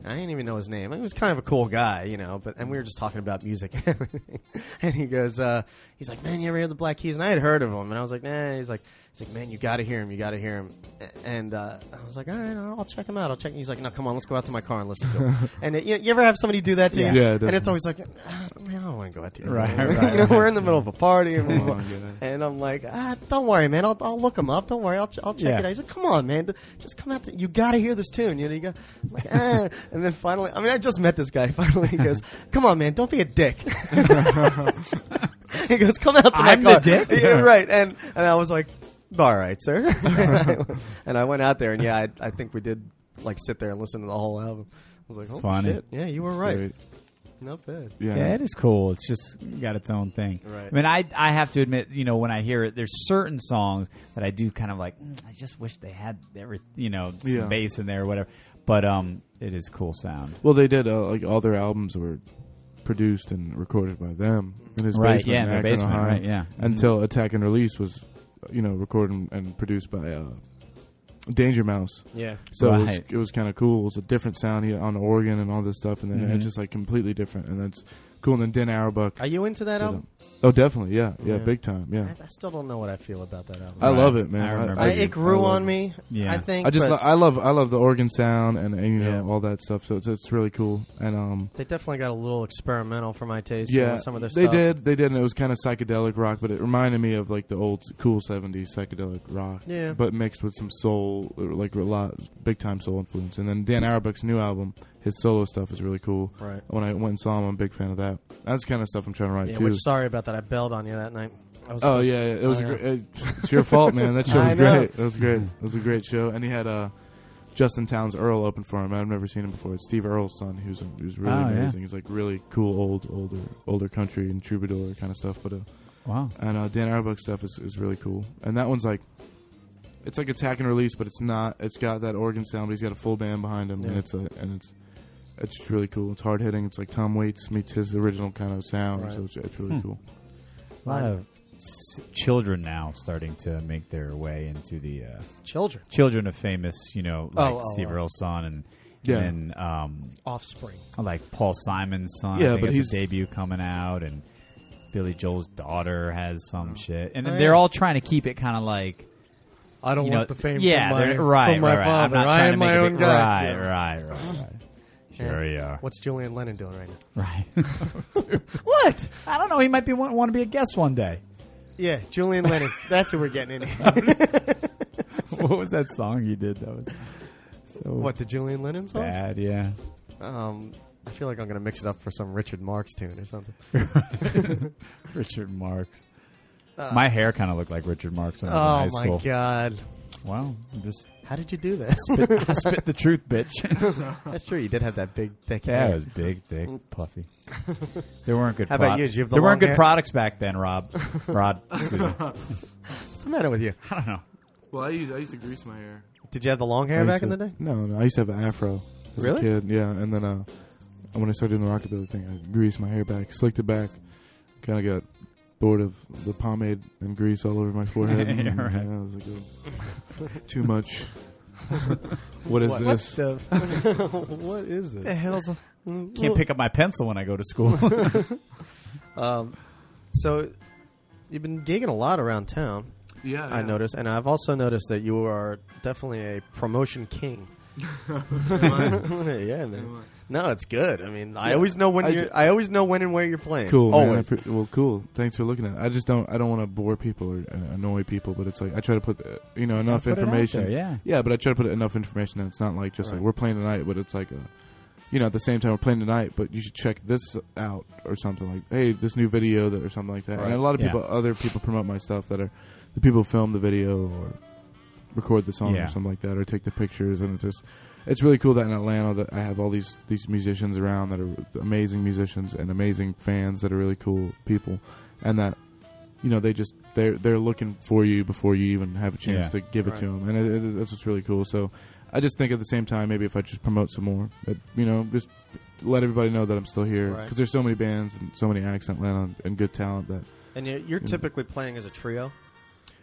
Speaker 2: And I didn't even know his name. He was kind of a cool guy, you know. But and we were just talking about music, and everything. and he goes, uh, he's like, "Man, you ever hear the Black Keys?" And I had heard of him, and I was like, "Nah." He's like, he's like, "Man, you got to hear him. You got to hear him." A- And uh, I was like, "All right, I'll check him out. I'll check." He's like, "No, come on, let's go out to my car and listen to him." and it, you, you ever have somebody do that to
Speaker 4: Yeah.
Speaker 2: you?
Speaker 4: Yeah,
Speaker 2: and it's
Speaker 4: definitely.
Speaker 2: always like, ah, "Man, I don't want to go out to your
Speaker 1: Right,
Speaker 2: car."
Speaker 1: right,
Speaker 2: you know,
Speaker 1: right.
Speaker 2: we're in the middle of a party, and,
Speaker 4: Oh,
Speaker 2: we're,
Speaker 4: my
Speaker 2: and I'm like, ah, "Don't worry, man. I'll, I'll look him up. Don't worry. I'll, ch- I'll check
Speaker 1: Yeah.
Speaker 2: it out." He's like, "Come on, man. Just come out. To, you got to hear this tune." You know, you got I'm like, ah. and then finally, I mean, I just met this guy. Finally, he goes, "Come on, man. Don't be a dick." he goes, "Come out to my
Speaker 1: I'm the
Speaker 2: car."
Speaker 1: dick?
Speaker 2: Yeah, right. And and I was like, "All right, sir." and I went out there, and yeah, I, I think we did like sit there and listen to the whole album. I was like, "Holy
Speaker 1: Funny.
Speaker 2: shit! Yeah, you were right.
Speaker 4: Great.
Speaker 2: Not bad."
Speaker 4: Yeah.
Speaker 1: yeah, it is cool. It's just got its own thing.
Speaker 2: Right.
Speaker 1: I mean, I I have to admit, you know, when I hear it, there's certain songs that I do kind of like. "Mm, I just wish they had every, you know, some
Speaker 4: Yeah.
Speaker 1: bass in there or whatever. But um, it is cool sound.
Speaker 4: Well, they did. Uh, like all their albums were produced and recorded by them in his
Speaker 1: Right,
Speaker 4: basement.
Speaker 1: yeah,
Speaker 4: in
Speaker 1: in their
Speaker 4: Akron,
Speaker 1: basement,
Speaker 4: Ohio,
Speaker 1: right, yeah. Mm-hmm.
Speaker 4: Until Attack and Release was, you know, recorded and produced by uh, Danger Mouse.
Speaker 2: Yeah.
Speaker 4: So it was,
Speaker 1: Right.
Speaker 4: it was kind of cool. It was a different sound he- on the organ and all this stuff, and then
Speaker 1: Mm-hmm.
Speaker 4: it's just like completely different, and that's cool. And then Den Auerbach.
Speaker 2: Are you into that album?
Speaker 4: Oh, definitely, yeah, yeah,
Speaker 2: Yeah.
Speaker 4: big time, yeah.
Speaker 2: I, I still don't know what I feel about that album.
Speaker 4: I
Speaker 1: Right.
Speaker 4: love it, man.
Speaker 1: I remember.
Speaker 2: I,
Speaker 1: I
Speaker 2: it
Speaker 4: do.
Speaker 2: grew
Speaker 4: I love
Speaker 2: on
Speaker 4: it.
Speaker 2: me.
Speaker 1: Yeah.
Speaker 2: I think.
Speaker 4: I just,
Speaker 2: but
Speaker 4: lo- I love, I love the organ sound and, and you know
Speaker 1: Yeah.
Speaker 4: all that stuff. So it's, it's really cool. And um,
Speaker 2: they definitely got a little experimental for my taste. you know,
Speaker 4: yeah,
Speaker 2: some of their
Speaker 4: they
Speaker 2: stuff.
Speaker 4: did, they did, and it was kind of psychedelic rock, but it reminded me of like the old s- cool '70s psychedelic rock.
Speaker 2: Yeah.
Speaker 4: but mixed with some soul, or, like a lot big time soul influence. And then Dan Auerbach's new album, his solo stuff is really cool.
Speaker 2: Right.
Speaker 4: When I went and saw him, I'm a big fan of that. That's the kind of stuff I'm trying to write
Speaker 2: Yeah,
Speaker 4: too.
Speaker 2: which sorry about that. I bailed on you that night. I was
Speaker 4: Oh
Speaker 2: supposed-
Speaker 4: yeah, yeah, it was.
Speaker 2: I
Speaker 4: a
Speaker 2: know.
Speaker 4: gr- it, it's your fault, man. That show
Speaker 2: I
Speaker 4: was
Speaker 2: know.
Speaker 4: great. That was great. That was a great show. And he had uh, Justin Towns Earl open for him. I've never seen him before. It's Steve Earl's son. He was he was really
Speaker 1: Oh, yeah.
Speaker 4: amazing. He's like really cool, old, older, older country and troubadour kind of stuff. But uh,
Speaker 1: Wow.
Speaker 4: and uh, Dan Auerbach stuff is, is really cool. And that one's like, it's like attack and release, but it's not. It's got that organ sound, but he's got a full band behind him, and
Speaker 2: Yeah.
Speaker 4: it's a, and it's it's just really cool. It's hard hitting. It's like Tom Waits meets his original kind of sound.
Speaker 2: Right.
Speaker 4: So it's, it's really
Speaker 1: Hmm.
Speaker 4: cool.
Speaker 1: A lot of s- children now starting to make their way into the uh,
Speaker 2: Children,
Speaker 1: children of famous, you know, like
Speaker 2: Oh, oh,
Speaker 1: Steve
Speaker 2: oh.
Speaker 1: Earl's son and
Speaker 4: Yeah.
Speaker 1: and um,
Speaker 2: offspring.
Speaker 1: like Paul Simon's son.
Speaker 4: Yeah,
Speaker 1: I think
Speaker 4: but
Speaker 1: has
Speaker 4: he's-
Speaker 1: a debut coming out, and Billy Joel's daughter has some shit, and
Speaker 2: Oh,
Speaker 1: they're
Speaker 2: yeah.
Speaker 1: all trying to keep it kind of like
Speaker 2: I don't
Speaker 1: you know,
Speaker 2: want the fame.
Speaker 1: yeah,
Speaker 2: from my,
Speaker 1: they're- right,
Speaker 2: from my
Speaker 1: right,
Speaker 2: father.
Speaker 1: right. I'm not
Speaker 2: I
Speaker 1: trying
Speaker 2: am
Speaker 1: to make
Speaker 2: my
Speaker 1: it
Speaker 2: own
Speaker 1: big,
Speaker 2: guy.
Speaker 1: Right,
Speaker 2: Yeah.
Speaker 1: right, right, right. Sure you are.
Speaker 2: What's Julian Lennon doing right now?
Speaker 1: Right. what? I don't know. He might be want, want to be a guest one day.
Speaker 2: Yeah, Julian Lennon. That's who we're getting in here.
Speaker 1: what was that song you did? That was so
Speaker 2: what the Julian Lennon song?
Speaker 1: bad. Yeah.
Speaker 2: Um, I feel like I'm gonna mix it up for some Richard Marx tune or something.
Speaker 1: Richard Marx.
Speaker 2: Uh,
Speaker 1: my hair kind of looked like Richard Marx when I
Speaker 2: Oh
Speaker 1: was in high
Speaker 2: my
Speaker 1: school.
Speaker 2: god!
Speaker 1: Wow, just
Speaker 2: How did you do that?
Speaker 1: spit, I spit the truth, bitch.
Speaker 2: That's true. You did have that big thick
Speaker 1: yeah,
Speaker 2: hair.
Speaker 1: it was big, thick, puffy. There weren't good.
Speaker 2: How
Speaker 1: pro-
Speaker 2: about you? Did you have the
Speaker 1: there
Speaker 2: long
Speaker 1: weren't good
Speaker 2: hair?
Speaker 1: products back then, Rob. Rod, excuse me. I
Speaker 2: What's the matter with you?
Speaker 1: don't know.
Speaker 4: Well, I used I used to grease my hair.
Speaker 2: Did you have the long hair back in the day?
Speaker 4: No, no. I used to have an afro as
Speaker 2: Really?
Speaker 4: a kid. Yeah, and then uh, when I started doing the rockabilly thing, I greased my hair back, slicked it back. Kind of got bored of the pomade and grease all over my forehead.
Speaker 1: Yeah, right.
Speaker 4: And I was like, "Oh, too much. what is
Speaker 2: What-
Speaker 4: this?
Speaker 2: what the- what is
Speaker 1: The
Speaker 2: it?
Speaker 1: hell's Can't pick up my pencil when I go to school.
Speaker 2: Um, so you've been gigging a lot around town.
Speaker 3: Yeah,
Speaker 2: I noticed, and I've also noticed that you are definitely a promotion king. yeah, man. No, it's good. I mean, I
Speaker 4: Yeah.
Speaker 2: always know when
Speaker 4: I
Speaker 2: you're.
Speaker 4: ju-
Speaker 2: I always know when and where you're playing.
Speaker 4: Cool. man. I
Speaker 2: Always.
Speaker 4: pre- well, cool. Thanks for looking at. it. I just don't. I don't want to bore people or uh, annoy people, but it's like I try to put uh, you know enough
Speaker 1: Put it out
Speaker 4: information.
Speaker 1: there, yeah.
Speaker 4: Yeah, but I try to put enough information that it's not like just
Speaker 2: Right.
Speaker 4: like we're playing tonight, but it's like, uh you know, at the same time we're playing tonight, but you should check this out or something like, hey, this new video that or something like that. And
Speaker 2: Right.
Speaker 4: a lot of
Speaker 1: Yeah.
Speaker 4: people, other people promote my stuff that are the people who film the video or record the song
Speaker 1: Yeah.
Speaker 4: or something like that or take the pictures and it's just it's really cool that in Atlanta that I have all these these musicians around that are amazing musicians and amazing fans that are really cool people and that you know they just they're they're looking for you before you even have a chance
Speaker 1: Yeah.
Speaker 4: to give it
Speaker 2: Right.
Speaker 4: to them and it, it, that's what's really cool so I just think at the same time maybe if I just promote some more it, you know just let everybody know that I'm still here because
Speaker 2: Right.
Speaker 4: there's so many bands and so many acts in Atlanta and, and good talent that
Speaker 2: And you're, you're
Speaker 4: Yeah.
Speaker 2: typically playing as a trio,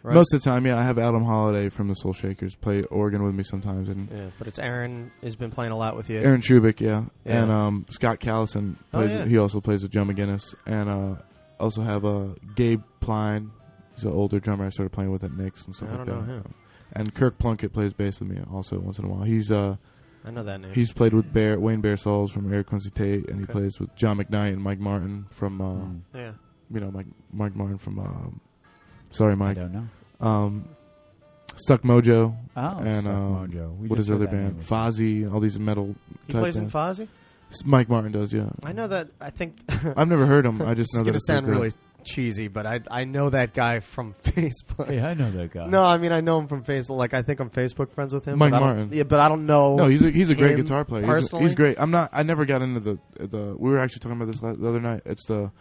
Speaker 2: right?
Speaker 4: most of the time yeah I have Adam Holiday from the Soul Shakers play organ with me sometimes and
Speaker 2: Yeah, but it's Aaron has been playing a lot with you.
Speaker 4: Aaron Trubick, yeah,
Speaker 2: Yeah.
Speaker 4: and um, Scott Callison.
Speaker 2: Oh,
Speaker 4: Plays,
Speaker 2: yeah.
Speaker 4: He also plays with Joe McGinnis, and uh, also have uh, Gabe Pline. He's an older drummer I started playing with at Nick's and stuff
Speaker 2: I
Speaker 4: like
Speaker 2: don't
Speaker 4: that.
Speaker 2: know him.
Speaker 4: And Kirk Plunkett plays bass with me also once in a while. He's uh
Speaker 2: I know that name.
Speaker 4: he's played with Bear Wayne Bear Sauls from Eric Quincy Tate, and he
Speaker 2: Okay.
Speaker 4: plays with John McKnight and Mike Martin from uh,
Speaker 1: Mm,
Speaker 2: yeah.
Speaker 4: you know Mike Mike Martin from um, sorry
Speaker 1: I
Speaker 4: Mike
Speaker 1: don't know.
Speaker 4: um, Stuck Mojo.
Speaker 1: Oh,
Speaker 4: And,
Speaker 1: Stuck
Speaker 4: um,
Speaker 1: Mojo. We
Speaker 4: what
Speaker 1: just
Speaker 4: is the
Speaker 1: heard
Speaker 4: other
Speaker 1: that name
Speaker 4: band?
Speaker 1: recently.
Speaker 4: Fozzy. All these metal.
Speaker 2: He
Speaker 4: type
Speaker 2: plays in
Speaker 4: bands.
Speaker 2: Fozzy.
Speaker 4: Mike Martin does, yeah.
Speaker 2: I know that. I think.
Speaker 4: I've never heard him. I just
Speaker 2: it's
Speaker 4: know that
Speaker 2: gonna
Speaker 4: it's
Speaker 2: sound
Speaker 4: like that.
Speaker 2: really cheesy, but I I know that guy from Facebook.
Speaker 1: Hey, I know that guy.
Speaker 2: No, I mean I know him from Facebook. Like I think I'm Facebook friends with him.
Speaker 4: Mike
Speaker 2: but I don't-
Speaker 4: Martin.
Speaker 2: Yeah, but I don't know.
Speaker 4: No, he's a, he's a great
Speaker 2: him
Speaker 4: guitar player. He's,
Speaker 2: personally?
Speaker 4: he's great. I'm not. I never got into the the. We were actually talking about this la- the other night. It's the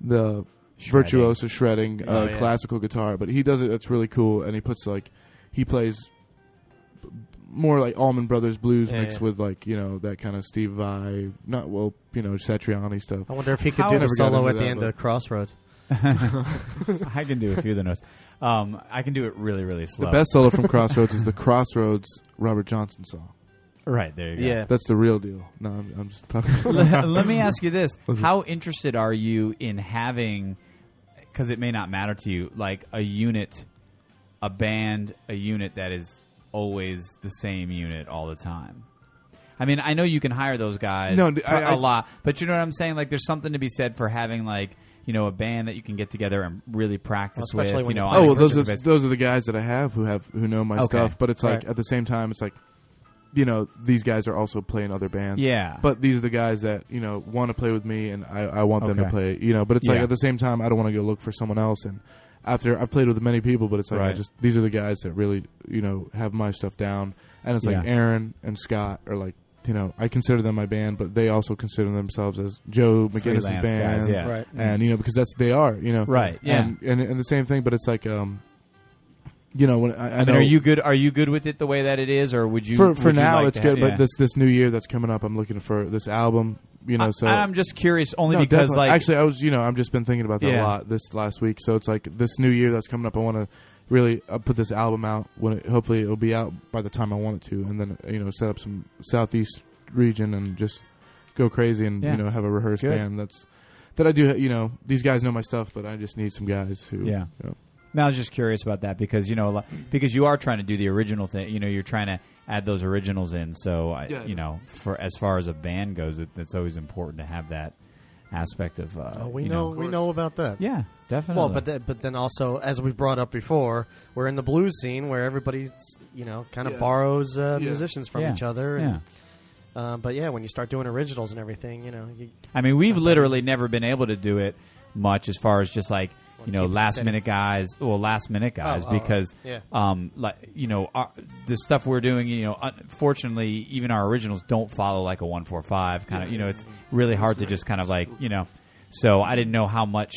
Speaker 4: the
Speaker 1: Shredding.
Speaker 4: virtuoso shredding uh,
Speaker 2: Oh, yeah.
Speaker 4: classical guitar, but he does it. That's really cool, and he puts like he plays b- more like Allman Brothers blues
Speaker 2: Yeah,
Speaker 4: mixed
Speaker 2: yeah.
Speaker 4: with like you know that kind of Steve Vai, not well you know Satriani stuff.
Speaker 2: I wonder if he could
Speaker 4: How-
Speaker 2: do the
Speaker 4: Never got
Speaker 2: solo
Speaker 4: into
Speaker 2: at the
Speaker 4: that,
Speaker 2: end
Speaker 4: but-
Speaker 2: of Crossroads.
Speaker 1: I can do a few of the notes. Um, I can do it really, really slow.
Speaker 4: The best solo from Crossroads is the Crossroads Robert Johnson song.
Speaker 1: Right there. You go.
Speaker 2: Yeah.
Speaker 4: That's the real deal. No, I'm, I'm just talking.
Speaker 1: let, let me ask you this: How interested are you in having? Because it may not matter to you, like a unit, a band, a unit that is always the same unit all the time. I mean, I know you can hire those guys
Speaker 4: No,
Speaker 1: for
Speaker 4: I- I-
Speaker 1: a lot, but you know what I'm saying? Like, there's something to be said for having like you know a band that you can get together and really practice
Speaker 2: Especially
Speaker 1: with.
Speaker 2: when
Speaker 1: you know,
Speaker 2: you
Speaker 1: on
Speaker 4: Oh
Speaker 1: a
Speaker 4: well, those are
Speaker 1: consistent basis.
Speaker 4: those are the guys that I have who have who know my
Speaker 1: Okay.
Speaker 4: stuff. But it's like
Speaker 2: Right.
Speaker 4: at the same time, it's like you know these guys are also playing other bands.
Speaker 1: yeah,
Speaker 4: But these are the guys that you know want to play with me, and I, I want them to
Speaker 1: Okay.
Speaker 4: play. You know, but it's like
Speaker 1: Yeah.
Speaker 4: at the same time, I don't want to go look for someone else. And after I've played with many people, but it's like I
Speaker 1: Right.
Speaker 4: just these are the guys that really you know have my stuff down. And it's like
Speaker 1: Yeah.
Speaker 4: Aaron and Scott are like you know I consider them my band, but they also consider themselves as Joe McGinnis'
Speaker 1: Freelance
Speaker 4: band
Speaker 1: guys, yeah.
Speaker 2: Right.
Speaker 4: and you know because that's they are you know
Speaker 1: Right, yeah.
Speaker 4: and, and and the same thing but it's like um you know when i, I,
Speaker 1: I mean,
Speaker 4: know
Speaker 1: are you good? Are you good with it the way that it is, or would you?
Speaker 4: for for
Speaker 1: would you
Speaker 4: now
Speaker 1: like
Speaker 4: it's
Speaker 1: to have-
Speaker 4: good
Speaker 1: yeah.
Speaker 4: but this this new year that's coming up i'm looking for this album you know so
Speaker 1: I, am just curious, only
Speaker 4: No,
Speaker 1: because
Speaker 4: definitely.
Speaker 1: like
Speaker 4: actually i was you know i've just been thinking about that
Speaker 1: Yeah.
Speaker 4: a lot this last week so it's like this new year that's coming up i want to really uh, put this album out when it, hopefully it'll be out by the time i want it to and then you know set up some southeast region and just go crazy and
Speaker 1: Yeah.
Speaker 4: you know have a rehearsed
Speaker 1: Good.
Speaker 4: band that's that i do you know these guys know my stuff but i just need some guys who
Speaker 1: Yeah.
Speaker 4: you know,
Speaker 1: No, I was just curious about that because you know, a lot- because you are trying to do the original thing. You know, you're trying to add those originals in. So, I,
Speaker 4: Yeah, I
Speaker 1: you know, for as far as a band goes, it, it's always important to have that aspect of. Uh,
Speaker 2: Oh, we
Speaker 1: you
Speaker 2: know, we know about that.
Speaker 1: Yeah, definitely.
Speaker 2: Well, but th- but then also, as we brought up before, we're in the blues scene where everybody's you know kind of
Speaker 4: Yeah.
Speaker 2: borrows uh,
Speaker 4: Yeah.
Speaker 2: musicians from
Speaker 1: Yeah.
Speaker 2: each other.
Speaker 1: yeah.
Speaker 2: And, uh, but yeah, when you start doing originals and everything, you know, you,
Speaker 1: I mean, we've literally never been able to do it much as far as just like
Speaker 2: Well,
Speaker 1: you know
Speaker 2: keep it
Speaker 1: last
Speaker 2: steady.
Speaker 1: minute guys. Well, last minute guys
Speaker 2: oh,
Speaker 1: because
Speaker 2: yeah.
Speaker 1: um like you know our, the stuff we're doing. You know, unfortunately, even our originals don't follow like a one four five kind of. You know, it's really hard to just kind of like you know. So I didn't know how much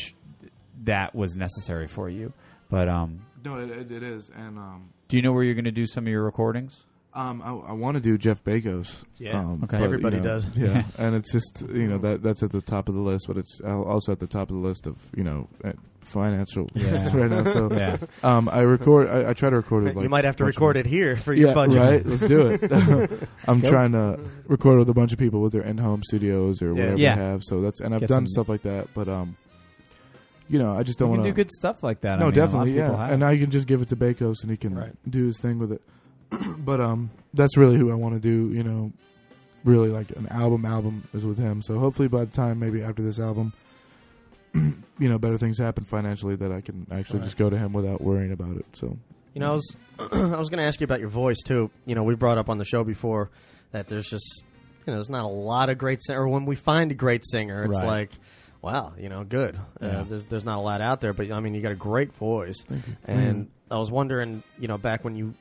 Speaker 1: that was necessary for you, but um,
Speaker 4: No, it, it, it is, and um,
Speaker 1: do you know where you're going to do some of your recordings?
Speaker 4: Um, I, I want to do Jeff Bezos.
Speaker 2: Yeah.
Speaker 4: um,
Speaker 1: Okay.
Speaker 2: Everybody
Speaker 4: you know,
Speaker 2: does.
Speaker 4: Yeah, and it's just you know that that's at the top of the list, but it's al- also at the top of the list of you know uh, financial
Speaker 1: Yeah.
Speaker 4: right now. So
Speaker 1: Yeah.
Speaker 4: um, I record. I, I try to record it. Like,
Speaker 2: you might have to
Speaker 4: bunch of-
Speaker 2: record it here for your
Speaker 4: yeah,
Speaker 2: budget.
Speaker 4: right. Let's do it. I'm trying to record with a bunch of people with their in-home studios or whatever
Speaker 1: Yeah.
Speaker 4: they have. So that's and I've
Speaker 1: Get
Speaker 4: done
Speaker 1: some-
Speaker 4: stuff like that, but um, you know, I just don't
Speaker 1: you
Speaker 4: want
Speaker 1: can
Speaker 4: to
Speaker 1: do good stuff like that. I
Speaker 4: No,
Speaker 1: mean, a lot of
Speaker 4: definitely,
Speaker 1: people
Speaker 4: yeah.
Speaker 1: have.
Speaker 4: And now you can just give it to Bakos and he can
Speaker 2: Right.
Speaker 4: do his thing with it. but um, that's really who I want to do. You know, really like an album. Album is with him. So hopefully by the time maybe after this album, you know, better things happen financially that I can actually
Speaker 2: Right.
Speaker 4: just go to him without worrying about it. So
Speaker 2: You know, I was I was going to ask you about your voice too. You know, we brought up on the show before that there's just you know, there's not a lot of great sing- or when we find a great singer, it's
Speaker 1: Right.
Speaker 2: like wow, you know, good.
Speaker 1: Yeah.
Speaker 2: Uh, there's there's not a lot out there, but I mean, you got a great voice.
Speaker 4: thank you.
Speaker 2: And I was wondering, you know, back when you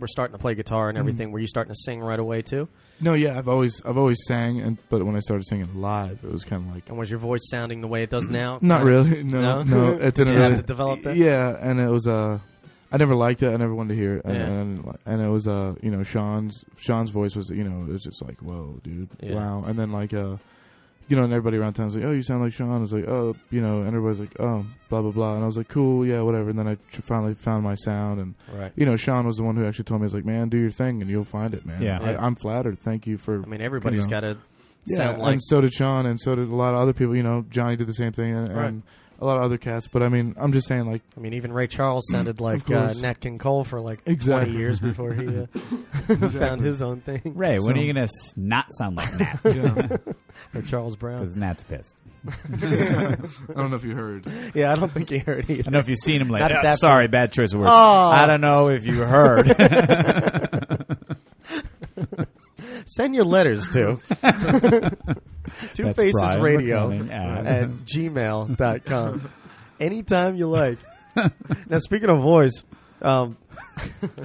Speaker 2: were starting to play guitar
Speaker 4: Mm-hmm.
Speaker 2: and everything, were you starting to sing right away too?
Speaker 4: no, yeah, I've always I've always sang, and but when I started singing live, it was kind of like
Speaker 2: And was your voice sounding the way it does now?
Speaker 4: Not really.
Speaker 2: No?
Speaker 4: No, no. it didn't
Speaker 2: Did you have
Speaker 4: really-
Speaker 2: to develop that?
Speaker 4: Yeah, and it was Uh, I never liked it. I never wanted to hear it, and,
Speaker 2: Yeah.
Speaker 4: and, and it was uh, you know, Sean's Sean's voice was, you know, it was just like, whoa, dude,
Speaker 2: Yeah.
Speaker 4: wow. And then like, uh, you know, and everybody around town was like, oh, you sound like Sean. I was like, oh, you know, and everybody's like, oh, blah blah blah. And I was like, cool, yeah, whatever. And then I tr- finally found my sound, and
Speaker 2: Right.
Speaker 4: you know, Sean was the one who actually told me, he's like, man, do your thing, and you'll find it, man.
Speaker 1: Yeah.
Speaker 4: I, I'm flattered. Thank you for
Speaker 2: I mean, everybody's
Speaker 4: know.
Speaker 2: got to
Speaker 4: yeah,
Speaker 2: sound like
Speaker 4: and so did Sean, and so did a lot of other people. You know, Johnny did the same thing, and,
Speaker 2: Right.
Speaker 4: and a lot of other cats. But I mean, I'm just saying, like,
Speaker 2: I mean, even Ray Charles sounded like uh,
Speaker 4: course.
Speaker 2: Nat King Cole for like
Speaker 4: Exactly.
Speaker 2: 20 years before he uh, found his own thing.
Speaker 1: Ray, when are
Speaker 4: So-
Speaker 1: you going to s- not sound like Nat?
Speaker 2: Or Charles Brown.
Speaker 1: Because Nat's pissed.
Speaker 4: I don't know if you heard.
Speaker 2: Yeah, I don't think he heard
Speaker 1: I
Speaker 2: either.
Speaker 1: don't know if you've seen him like.
Speaker 2: Not at
Speaker 1: "Uh,
Speaker 2: that
Speaker 1: sorry, bad choice of words.
Speaker 2: Oh.
Speaker 1: I don't know if you heard.
Speaker 2: Send your letters to Two
Speaker 1: That's
Speaker 2: Faces
Speaker 1: Brian
Speaker 2: Radio
Speaker 1: McClellan at-
Speaker 2: at gmail.com. Anytime you like. now, speaking of voice, um,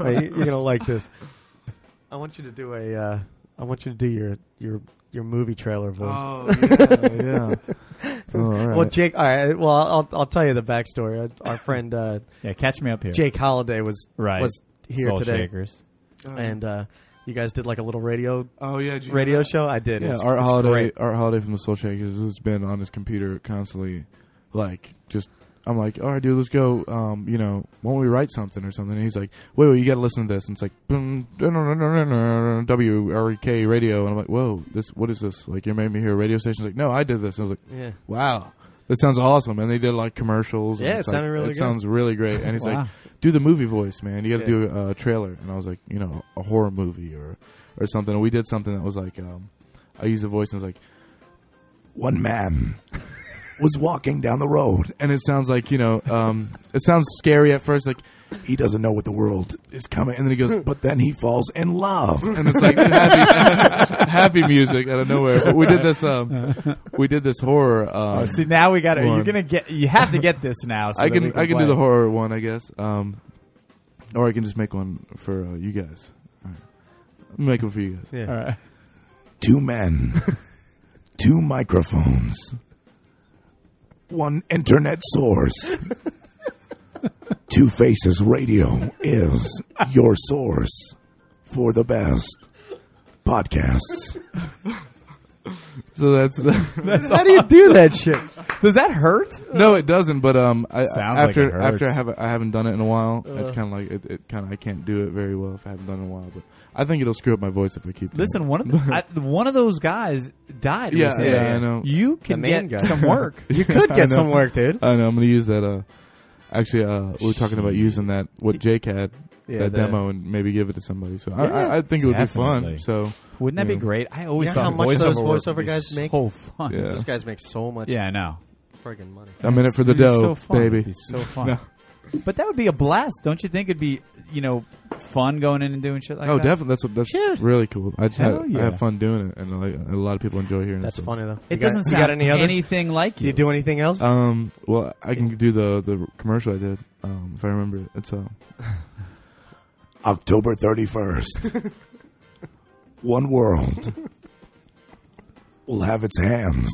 Speaker 2: wait, you're going to like this. I want you to do a. Uh, I want you to do your your your movie trailer voice.
Speaker 3: Oh,
Speaker 4: Uh, yeah. Oh, all right.
Speaker 2: Well, Jake. All right. Well, I'll I'll tell you the backstory. Our- Our friend uh,
Speaker 1: yeah, catch me up here.
Speaker 2: Jake Holiday was
Speaker 1: right?
Speaker 2: was here
Speaker 1: Soul
Speaker 2: today,
Speaker 1: Shakers.
Speaker 2: and uh, you guys did like a little radio
Speaker 4: oh yeah, did Oh. you
Speaker 2: radio
Speaker 4: hear that?
Speaker 2: show. I did.
Speaker 4: Yeah,
Speaker 2: It's-
Speaker 4: Art
Speaker 2: it's
Speaker 4: Holiday,
Speaker 2: great.
Speaker 4: Art Holiday from the Soul Shakers has been on his computer constantly, like just. I'm like, all right, dude, let's go. Um, you know, why don't we write something or something? And he's like, wait, wait, you got to listen to this. And it's like, boom, dun, dun, dun, dun, dun, dun, WREK E radio. And I'm like, whoa, this, what is this? Like, you made me hear a radio station. It's like, no, I did this. And I was like,
Speaker 2: Yeah.
Speaker 4: Wow. That sounds awesome. And they did like commercials. and
Speaker 2: Yeah, it
Speaker 4: it's like-
Speaker 2: sounded really
Speaker 4: It
Speaker 2: good.
Speaker 4: sounds really great. And he's
Speaker 1: Wow.
Speaker 4: like, do the movie voice, man. You got to
Speaker 2: Yeah.
Speaker 4: do a trailer. And I was like, you know, a horror movie or, or something. And we did something that was like, um, I used the voice and it's like, one man was walking down the road. And it sounds like, you know, um, it sounds scary at first. Like, he doesn't know what the world is coming. And then he goes, but then he falls in love. And it's like happy, happy music out of nowhere. But we did this, um, we did this horror. Um,
Speaker 1: See, now we got. You're
Speaker 4: One.
Speaker 1: gonna get. You have to get this now. so
Speaker 4: I
Speaker 1: that
Speaker 4: can,
Speaker 1: we
Speaker 4: I can
Speaker 1: play
Speaker 4: do the
Speaker 1: it.
Speaker 4: horror one, I guess. Um, or I can just make one for uh, you guys. All right. Make one for you guys.
Speaker 2: Yeah.
Speaker 1: All right.
Speaker 4: Two men, two microphones, one internet source.
Speaker 5: Two Faces Radio is your source for the best podcasts.
Speaker 4: So that's
Speaker 2: How do you do that shit?
Speaker 1: Does that hurt?
Speaker 4: no, it doesn't. But um, I,
Speaker 1: Sounds like
Speaker 4: after
Speaker 1: it hurts. Uh.
Speaker 4: after I have I haven't done it in a while. it's kind of like it, it kind of I can't do it very well if I haven't done it in a while. But I think it'll screw up my voice if I keep. doing
Speaker 1: Listen,
Speaker 4: it.
Speaker 1: one of the, I, one of those guys died.
Speaker 4: Yeah,
Speaker 1: recently.
Speaker 4: yeah, I know.
Speaker 1: You
Speaker 2: The
Speaker 1: can
Speaker 2: main
Speaker 1: get
Speaker 2: guy.
Speaker 1: some work.
Speaker 2: You could
Speaker 4: I
Speaker 2: get
Speaker 4: know.
Speaker 2: some work, dude.
Speaker 4: I know I'm going to use that. Uh, actually, uh, we were talking about using that what Jake had
Speaker 2: Yeah,
Speaker 4: that
Speaker 2: the-
Speaker 4: demo and maybe give it to somebody. So I,
Speaker 1: Yeah,
Speaker 4: I, I think it would
Speaker 1: definitely.
Speaker 4: be fun. So
Speaker 1: Wouldn't that be
Speaker 4: Yeah.
Speaker 1: great? I always
Speaker 2: You know
Speaker 1: thought
Speaker 2: how much
Speaker 1: voiceover
Speaker 2: those
Speaker 1: work
Speaker 2: voiceover
Speaker 1: would be
Speaker 2: guys make?
Speaker 1: so fun.
Speaker 4: yeah,
Speaker 2: Those guys make so much
Speaker 1: Yeah, I know.
Speaker 2: friggin' money.
Speaker 4: I'm in it for the
Speaker 1: It'd be
Speaker 4: dough,
Speaker 1: so fun. It'd
Speaker 4: baby.
Speaker 1: be so fun. But that would be a blast, don't you think? It'd be you know fun going in and doing shit like
Speaker 4: oh,
Speaker 1: that.
Speaker 4: definitely. That's what, that's
Speaker 1: Yeah.
Speaker 4: really cool. I just had-
Speaker 1: Hell
Speaker 4: I have
Speaker 1: yeah.
Speaker 4: fun doing it, and like, a lot of people enjoy hearing
Speaker 2: That's
Speaker 4: it. so.
Speaker 2: funny though.
Speaker 1: It
Speaker 2: You got-
Speaker 1: doesn't
Speaker 2: you
Speaker 1: sound
Speaker 2: got any others?
Speaker 1: anything like
Speaker 2: Do
Speaker 1: you.
Speaker 2: you do anything else?
Speaker 4: Um, well, I can do the the commercial I did um, if I remember it. It's uh,
Speaker 5: October 31st. One world will have its hands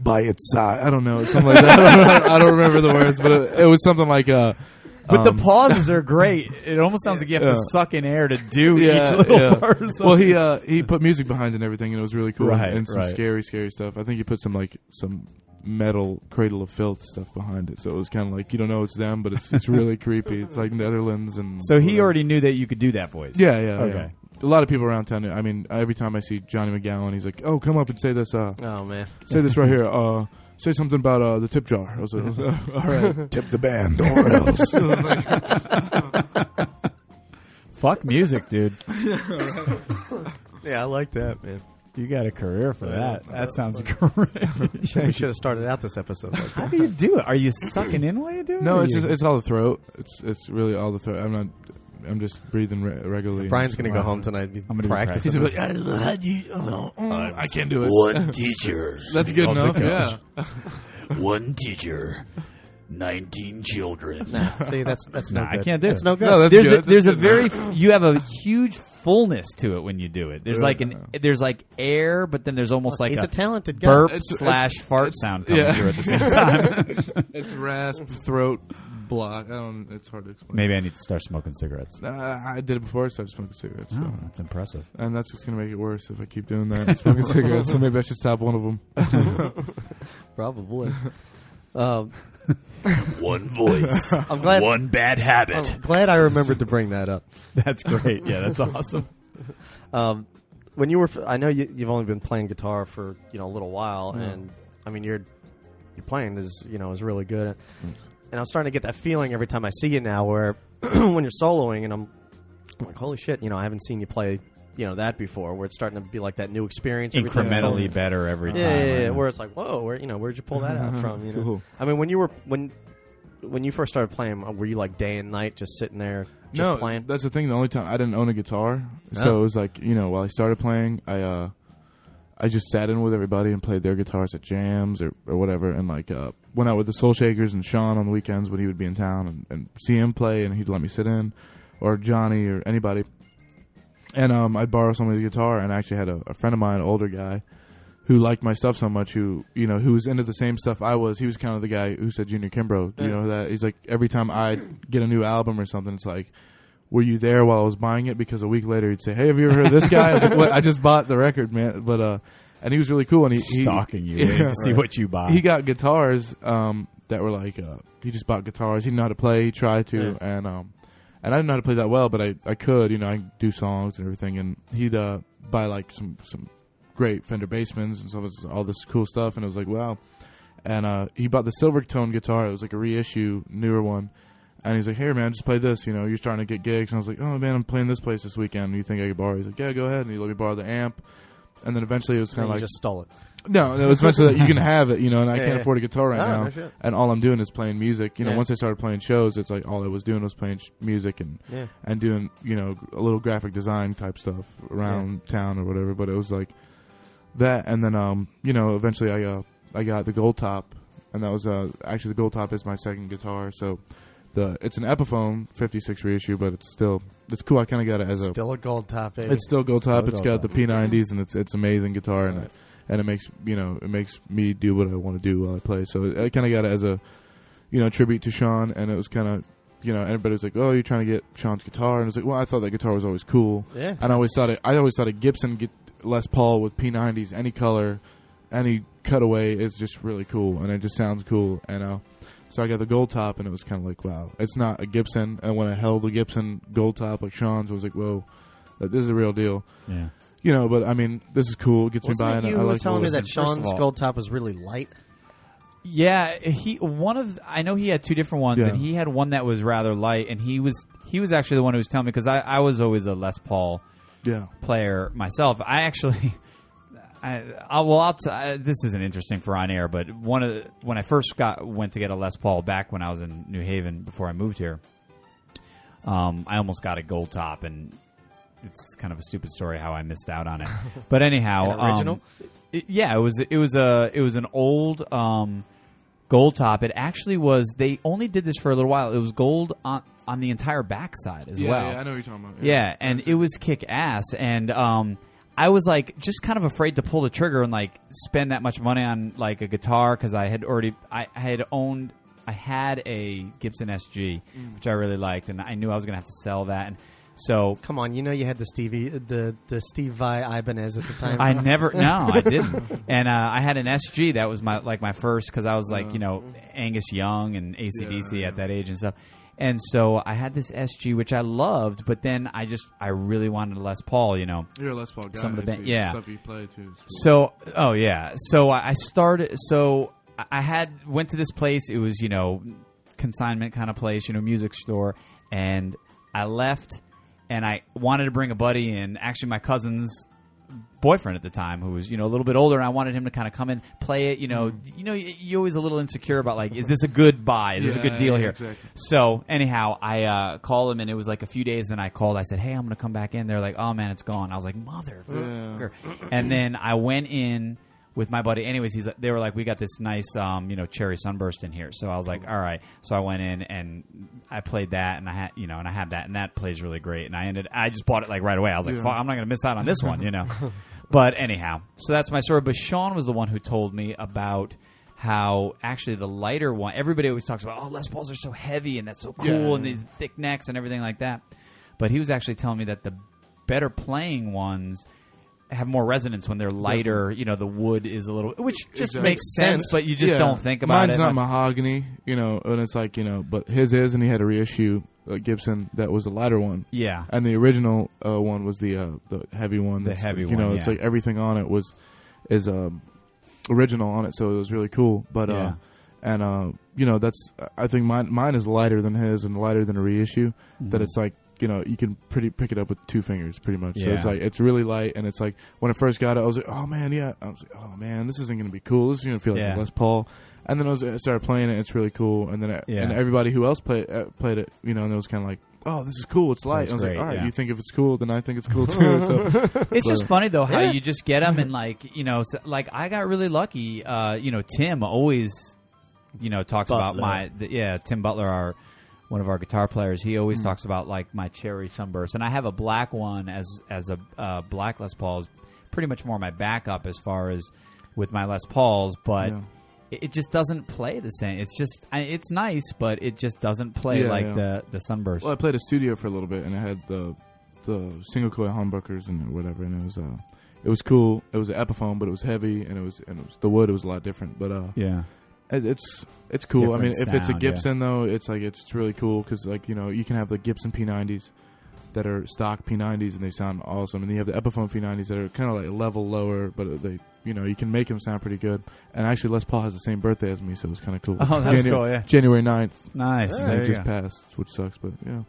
Speaker 5: by its side.
Speaker 4: I don't know something like that. I don't remember the words, but it, it was something like uh,
Speaker 1: But the pauses are great. It almost sounds like you have to
Speaker 4: Yeah.
Speaker 1: suck in air to do each
Speaker 4: Yeah,
Speaker 1: little
Speaker 4: yeah.
Speaker 1: part. Or something.
Speaker 4: Well, he uh, he put music behind it and everything, and it was really cool.
Speaker 1: Right,
Speaker 4: and some
Speaker 1: right.
Speaker 4: scary, scary stuff. I think he put some like some metal Cradle of Filth stuff behind it, so it was kind of like you don't know it's them, but it's it's really creepy. It's like Netherlands and
Speaker 1: so he
Speaker 4: whatever.
Speaker 1: already knew that you could do that voice.
Speaker 4: Yeah, yeah,
Speaker 1: Okay.
Speaker 4: yeah. A lot of people around town. I mean, every time I see Johnny McGowan, he's like, "Oh, come up and say this. Uh,
Speaker 2: Oh man,
Speaker 4: say this right here. Uh, say something about uh, the tip jar." I was like, "All right."
Speaker 5: Tip the band or else.
Speaker 1: Fuck music, dude.
Speaker 2: yeah, I like that, man.
Speaker 1: You got a career for that. That sounds great.
Speaker 2: we should have started out this episode. Like that.
Speaker 1: How do you do it? Are you sucking in while you do it?
Speaker 4: No,
Speaker 1: Or
Speaker 4: it's
Speaker 1: you-
Speaker 4: just, it's all the throat. It's it's really all the throat. I'm not. I'm just breathing re- regularly.
Speaker 2: Brian's gonna go home tonight. and be
Speaker 1: I'm gonna be
Speaker 2: practicing.
Speaker 1: practicing.
Speaker 4: He's gonna be like, I, how do you, oh, mm, I can't do it.
Speaker 5: One teacher.
Speaker 4: That's good
Speaker 5: on the
Speaker 4: enough.
Speaker 5: couch.
Speaker 4: Yeah.
Speaker 5: One teacher. 19 children.
Speaker 2: See, that's that's
Speaker 1: Nah,
Speaker 2: no
Speaker 1: I
Speaker 2: good.
Speaker 1: can't do
Speaker 2: That's
Speaker 1: it.
Speaker 2: no good.
Speaker 4: No, that's
Speaker 1: there's
Speaker 4: good.
Speaker 1: a, there's a
Speaker 4: That's
Speaker 1: very f- you have a huge fullness to it when you do it. There's like an there's like air, but then there's almost like
Speaker 2: He's
Speaker 1: a,
Speaker 2: a talented guy.
Speaker 1: burp
Speaker 4: It's-
Speaker 1: slash
Speaker 4: it's-
Speaker 1: fart
Speaker 4: it's-
Speaker 1: sound coming
Speaker 4: yeah.
Speaker 1: through at the same time.
Speaker 4: It's rasp, throat, block. I don't. It's hard to explain.
Speaker 1: Maybe I need to start smoking cigarettes.
Speaker 4: Uh, I did it before. I started smoking cigarettes, so.
Speaker 1: Oh, that's impressive.
Speaker 4: and that's just gonna make it worse if I keep doing that. Smoking cigarettes. So maybe I should stop one of them.
Speaker 2: Probably. um,
Speaker 5: One voice.
Speaker 2: I'm glad.
Speaker 5: One bad habit.
Speaker 2: I'm glad I remembered to bring that up.
Speaker 1: That's great. Yeah, that's awesome.
Speaker 2: Um, when you were, f- I know you, you've only been playing guitar for you know a little while, and I mean your your playing is you know is really good. And I'm starting to get that feeling every time I see you now, where when you're soloing, and I'm, I'm like, holy shit, you know, I haven't seen you play you know that before. Where it's starting to be like that new experience, every time I'm soloing.
Speaker 1: Incrementally better every time. Mm-hmm.
Speaker 2: Yeah, yeah, yeah,
Speaker 1: right?
Speaker 2: where it's like, whoa, where you know, where'd you pull that out from? You know,
Speaker 4: Cool.
Speaker 2: I mean, when you were when when you first started playing, uh, were you like day and night just sitting there just
Speaker 4: no,
Speaker 2: playing?
Speaker 4: that's the thing. The only time I didn't own a guitar,
Speaker 2: Oh.
Speaker 4: so it was like you know, while I started playing, I uh, I just sat in with everybody and played their guitars at jams or, or whatever, and like uh, went out with the Soul Shakers and Sean on the weekends when he would be in town and, and see him play, and he'd let me sit in, or Johnny or anybody, and um, I'd borrow somebody's guitar, and I actually had a, a friend of mine, an older guy. Who liked my stuff so much? Who you know? Who was into the same stuff I was? He was kind of the guy who said Junior Kimbrough. Do you know that? He's like every time I get a new album or something, it's like were you there while I was buying it? Because a week later he'd say, "Hey, have you ever heard of this guy?" I was like, "What? I just bought the record, man." But uh, and he was really cool, and he he-
Speaker 1: Stalking you waiting to see what you buy.
Speaker 4: He got guitars um that were like uh he just bought guitars. He didn't know how to play. He tried to, and um and I didn't know how to play that well, but I I could, you know, I could do songs and everything, and he'd uh buy like some some great Fender Bassmans and some of this- all this cool stuff, and it was like wow. And uh, he bought the silver tone guitar. It was like a reissue, newer one. And he's like, "Hey man, just play this. You know, you're starting to get gigs." And I was like, "Oh man, I'm playing this place this weekend. You think I could borrow?" He's like, "Yeah, go ahead." And he let me borrow the amp. And then eventually it was
Speaker 2: And
Speaker 4: kind of
Speaker 2: you
Speaker 4: like,
Speaker 2: just stole it.
Speaker 4: no, no, it's eventually that you can have it, you know, and I
Speaker 2: Yeah,
Speaker 4: can't
Speaker 2: yeah.
Speaker 4: afford a guitar right
Speaker 2: Ah,
Speaker 4: now.
Speaker 2: no shit.
Speaker 4: and all I'm doing is playing music. You know,
Speaker 2: Yeah.
Speaker 4: once I started playing shows, it's like all I was doing was playing sh- music and
Speaker 2: Yeah.
Speaker 4: and doing, you know, a little graphic design type stuff around town or whatever, but it was like that and then um, you know, eventually I uh, I got the gold top and that was uh actually the gold top is my second guitar, so the it's an Epiphone 56 reissue, but it's still it's cool. I kind of got it as a
Speaker 2: Still a gold top. Baby.
Speaker 4: it's still gold
Speaker 1: Still
Speaker 4: top. It's
Speaker 1: gold
Speaker 4: got
Speaker 1: top.
Speaker 4: the P90s, and it's it's amazing guitar, and it, and it makes you know it makes me do what I want to do while I play. So I kind of got it as a you know tribute to Sean, and it was kind of you know everybody was like, oh, you're trying to get Sean's guitar, and it's like, well, I thought that guitar was always cool,
Speaker 2: yeah.
Speaker 4: and I always thought it, I always thought a Gibson get Les Paul with P90s, any color, any cutaway is just really cool, and it just sounds cool, and uh. So I got the gold top, and it was kind of like, wow, it's not a Gibson. And when I held a Gibson gold top like Sean's, I was like, whoa, like, this is a real deal
Speaker 1: yeah.
Speaker 4: you know, but I mean, this is cool. Gets
Speaker 2: Wasn't
Speaker 4: me by.
Speaker 2: it you
Speaker 4: and I
Speaker 2: who
Speaker 4: like
Speaker 2: was telling
Speaker 4: the
Speaker 2: me
Speaker 4: look.
Speaker 2: that
Speaker 1: Listen, first of
Speaker 2: Sean's
Speaker 1: all-
Speaker 2: gold top was really light?
Speaker 1: Yeah, he one of I know he had two different ones,
Speaker 4: Yeah.
Speaker 1: and he had one that was rather light, and he was he was actually the one who was telling me because I, I was always a Les Paul
Speaker 4: Yeah,
Speaker 1: player myself. I actually, I, I well, I'll t- I, this isn't interesting for on air, but one of the, when I first got went to get a Les Paul back when I was in New Haven before I moved here, um, I almost got a gold top, and it's kind of a stupid story how I missed out on it. But anyhow,
Speaker 2: An original?
Speaker 1: um, it- yeah, it was it was a it was an old. Um, gold top. It actually was. They only did this for a little while. It was gold on on the entire backside as
Speaker 4: yeah,
Speaker 1: well.
Speaker 4: yeah, I know what you're talking about.
Speaker 1: Yeah, and it was kick ass. And um, I was like, just kind of afraid to pull the trigger and like spend that much money on like a guitar because I had already, I, I had owned, I I had a Gibson SG, which I really liked, and I knew I was going to have to sell that. And so
Speaker 2: Come on, you know you had the Stevie, the the Steve Vai Ibanez at the time.
Speaker 1: I never, no, I didn't. And uh, I had an SG that was my like my first because I was like you know Angus Young and ACDC at that age and stuff. And so I had this SG which I loved, but then I just I really wanted a Les Paul, you know.
Speaker 4: You're a Les Paul guy.
Speaker 1: Some of the band-
Speaker 4: so
Speaker 1: yeah.
Speaker 4: Stuff you play too.
Speaker 1: So, oh yeah. So I I started. So I- I had went to this place. It was you know consignment kind of place, you know, music store, and I left. And I wanted to bring a buddy in. Actually, my cousin's boyfriend at the time, who was you know a little bit older, and I wanted him to kind of come in, play it. You know,
Speaker 4: Hmm.
Speaker 1: you know, y- you're always a little insecure about like, is this a good buy? Is this a
Speaker 4: Yeah,
Speaker 1: good deal
Speaker 4: yeah,
Speaker 1: here?
Speaker 4: exactly.
Speaker 1: So anyhow, I uh, called him, and it was like a few days. Then I called. I said, "Hey, I'm going to come back in." They're like, "Oh man, it's gone." I was like, "Motherfucker!" And then I went in with my buddy. Anyways, he's they were like, "We got this nice, um, you know, cherry sunburst in here." So I was like, "All right." So I went in and I played that, and I had you know, and I had that, and that plays really great. And I ended. I just bought it like right away. I was like,
Speaker 4: Yeah.
Speaker 1: "Fuck, "I'm not going to miss out on this one," you know. but anyhow, so that's my story. But Sean was the one who told me about. How actually the lighter one? Everybody always talks about oh Les Pauls are so heavy and that's so cool
Speaker 4: Yeah.
Speaker 1: and these thick necks and everything like that. But he was actually telling me that the better playing ones have more resonance when they're lighter. You know, the wood is a little, which just
Speaker 4: Exactly.
Speaker 1: makes sense, but you just
Speaker 4: Yeah.
Speaker 1: don't think about it.
Speaker 4: Mine's not
Speaker 1: much.
Speaker 4: mahogany, you know, and it's like you know, but his is, and he had a reissue uh, Gibson that was a lighter one.
Speaker 1: yeah,
Speaker 4: and the original uh, one was the uh, the heavy one.
Speaker 1: The
Speaker 4: It's
Speaker 1: heavy
Speaker 4: like, you
Speaker 1: one,
Speaker 4: know, it's
Speaker 1: yeah.
Speaker 4: like everything on it was is um, original on it, so it was really cool. But
Speaker 1: Yeah.
Speaker 4: uh, and uh, you know, that's I think mine mine is lighter than his and lighter than a reissue.
Speaker 1: Mm-hmm.
Speaker 4: That it's like you know you can pretty pick it up with two fingers pretty much. So it's
Speaker 1: Yeah.
Speaker 4: like it's really light, and it's like when I first got it, I was like, oh man, yeah, I was like, oh man, this isn't gonna be cool. This is gonna feel like
Speaker 1: Yeah.
Speaker 4: a Les Paul. And then I, was, I started playing it. It's really cool. And then I,
Speaker 1: Yeah.
Speaker 4: and everybody who else played uh, played it, you know, and it was kind of like, oh, this is cool. It's light.
Speaker 1: That's
Speaker 4: I was
Speaker 1: great,
Speaker 4: like, all right,
Speaker 1: yeah.
Speaker 4: you think if it's cool, then I think it's cool too. So
Speaker 1: it's just funny though how
Speaker 4: Yeah.
Speaker 1: you just get them and like you know, so, like I got really lucky. Uh, you know, Tim always, you know, talks about
Speaker 2: Butler.
Speaker 1: my the, yeah, Tim Butler, our one of our guitar players. He
Speaker 4: Hmm.
Speaker 1: always talks about like my cherry sunburst, and I have a black one as as a uh, black Les Paul is pretty much more my backup as far as with my Les Pauls, but.
Speaker 4: Yeah.
Speaker 1: it it just doesn't play the same. It's just I- it's nice, but it just doesn't play
Speaker 4: Yeah,
Speaker 1: like
Speaker 4: yeah.
Speaker 1: the the sunburst.
Speaker 4: well, I played a studio for a little bit, and I had the the single coil humbuckers and whatever, and it was uh, it was cool. It was an Epiphone, but it was heavy, and it was and it was, the wood was a lot different. But uh,
Speaker 1: yeah,
Speaker 4: it, it's it's cool. I mean,
Speaker 1: Different
Speaker 4: if it's a
Speaker 1: sound, yeah.
Speaker 4: Gibson though, it's like it's, it's really cool because like you know you can have the Gibson P90s that are stock P90s and they sound awesome, and you have the Epiphone P90s that are kind of like a level lower, but they you know you can make them sound pretty good. And actually, Les Paul has the same birthday as me, so it's kind of cool.
Speaker 1: Oh, that's
Speaker 4: January,
Speaker 1: cool, yeah.
Speaker 4: January 9th.
Speaker 1: nice.
Speaker 4: and
Speaker 1: There
Speaker 4: it
Speaker 1: you
Speaker 4: just
Speaker 1: go.
Speaker 4: passed, which sucks, but yeah.